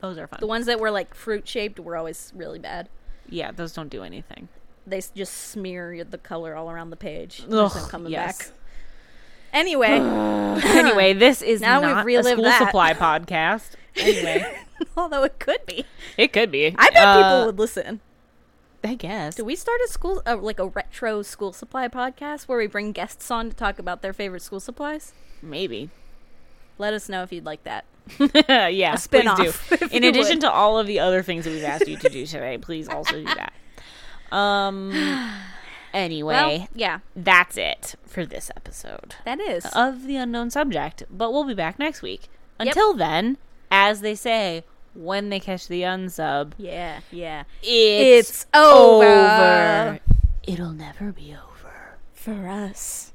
S1: those are fun.
S2: The ones that were like fruit shaped were always really bad.
S1: yeah, those don't do anything.
S2: They s- just smear y- the color all around the page.
S1: Ugh,
S2: There's no coming
S1: yes.
S2: back. Anyway,
S1: anyway, this is
S2: Now we've
S1: not a
S2: relived
S1: school
S2: that.
S1: supply podcast. Anyway,
S2: although it could be,
S1: it could be.
S2: I bet
S1: Uh,
S2: people would listen.
S1: I guess.
S2: Do we start a school, uh, like a retro school supply podcast where we bring guests on to talk about their favorite school supplies?
S1: Maybe.
S2: Let us know if you'd like that.
S1: yeah,
S2: spin-off,
S1: please do.
S2: if
S1: In
S2: you
S1: addition
S2: would.
S1: to all of the other things that we've asked you to do today, please also do that. Um. Anyway,
S2: Well, yeah,
S1: that's it for this episode
S2: that is.
S1: of the unknown subject. But we'll be back next week. Until then, as they say, when they catch the unsub,
S2: yeah, yeah.
S1: it's,
S2: It's over.
S1: It'll never be over.
S2: For us.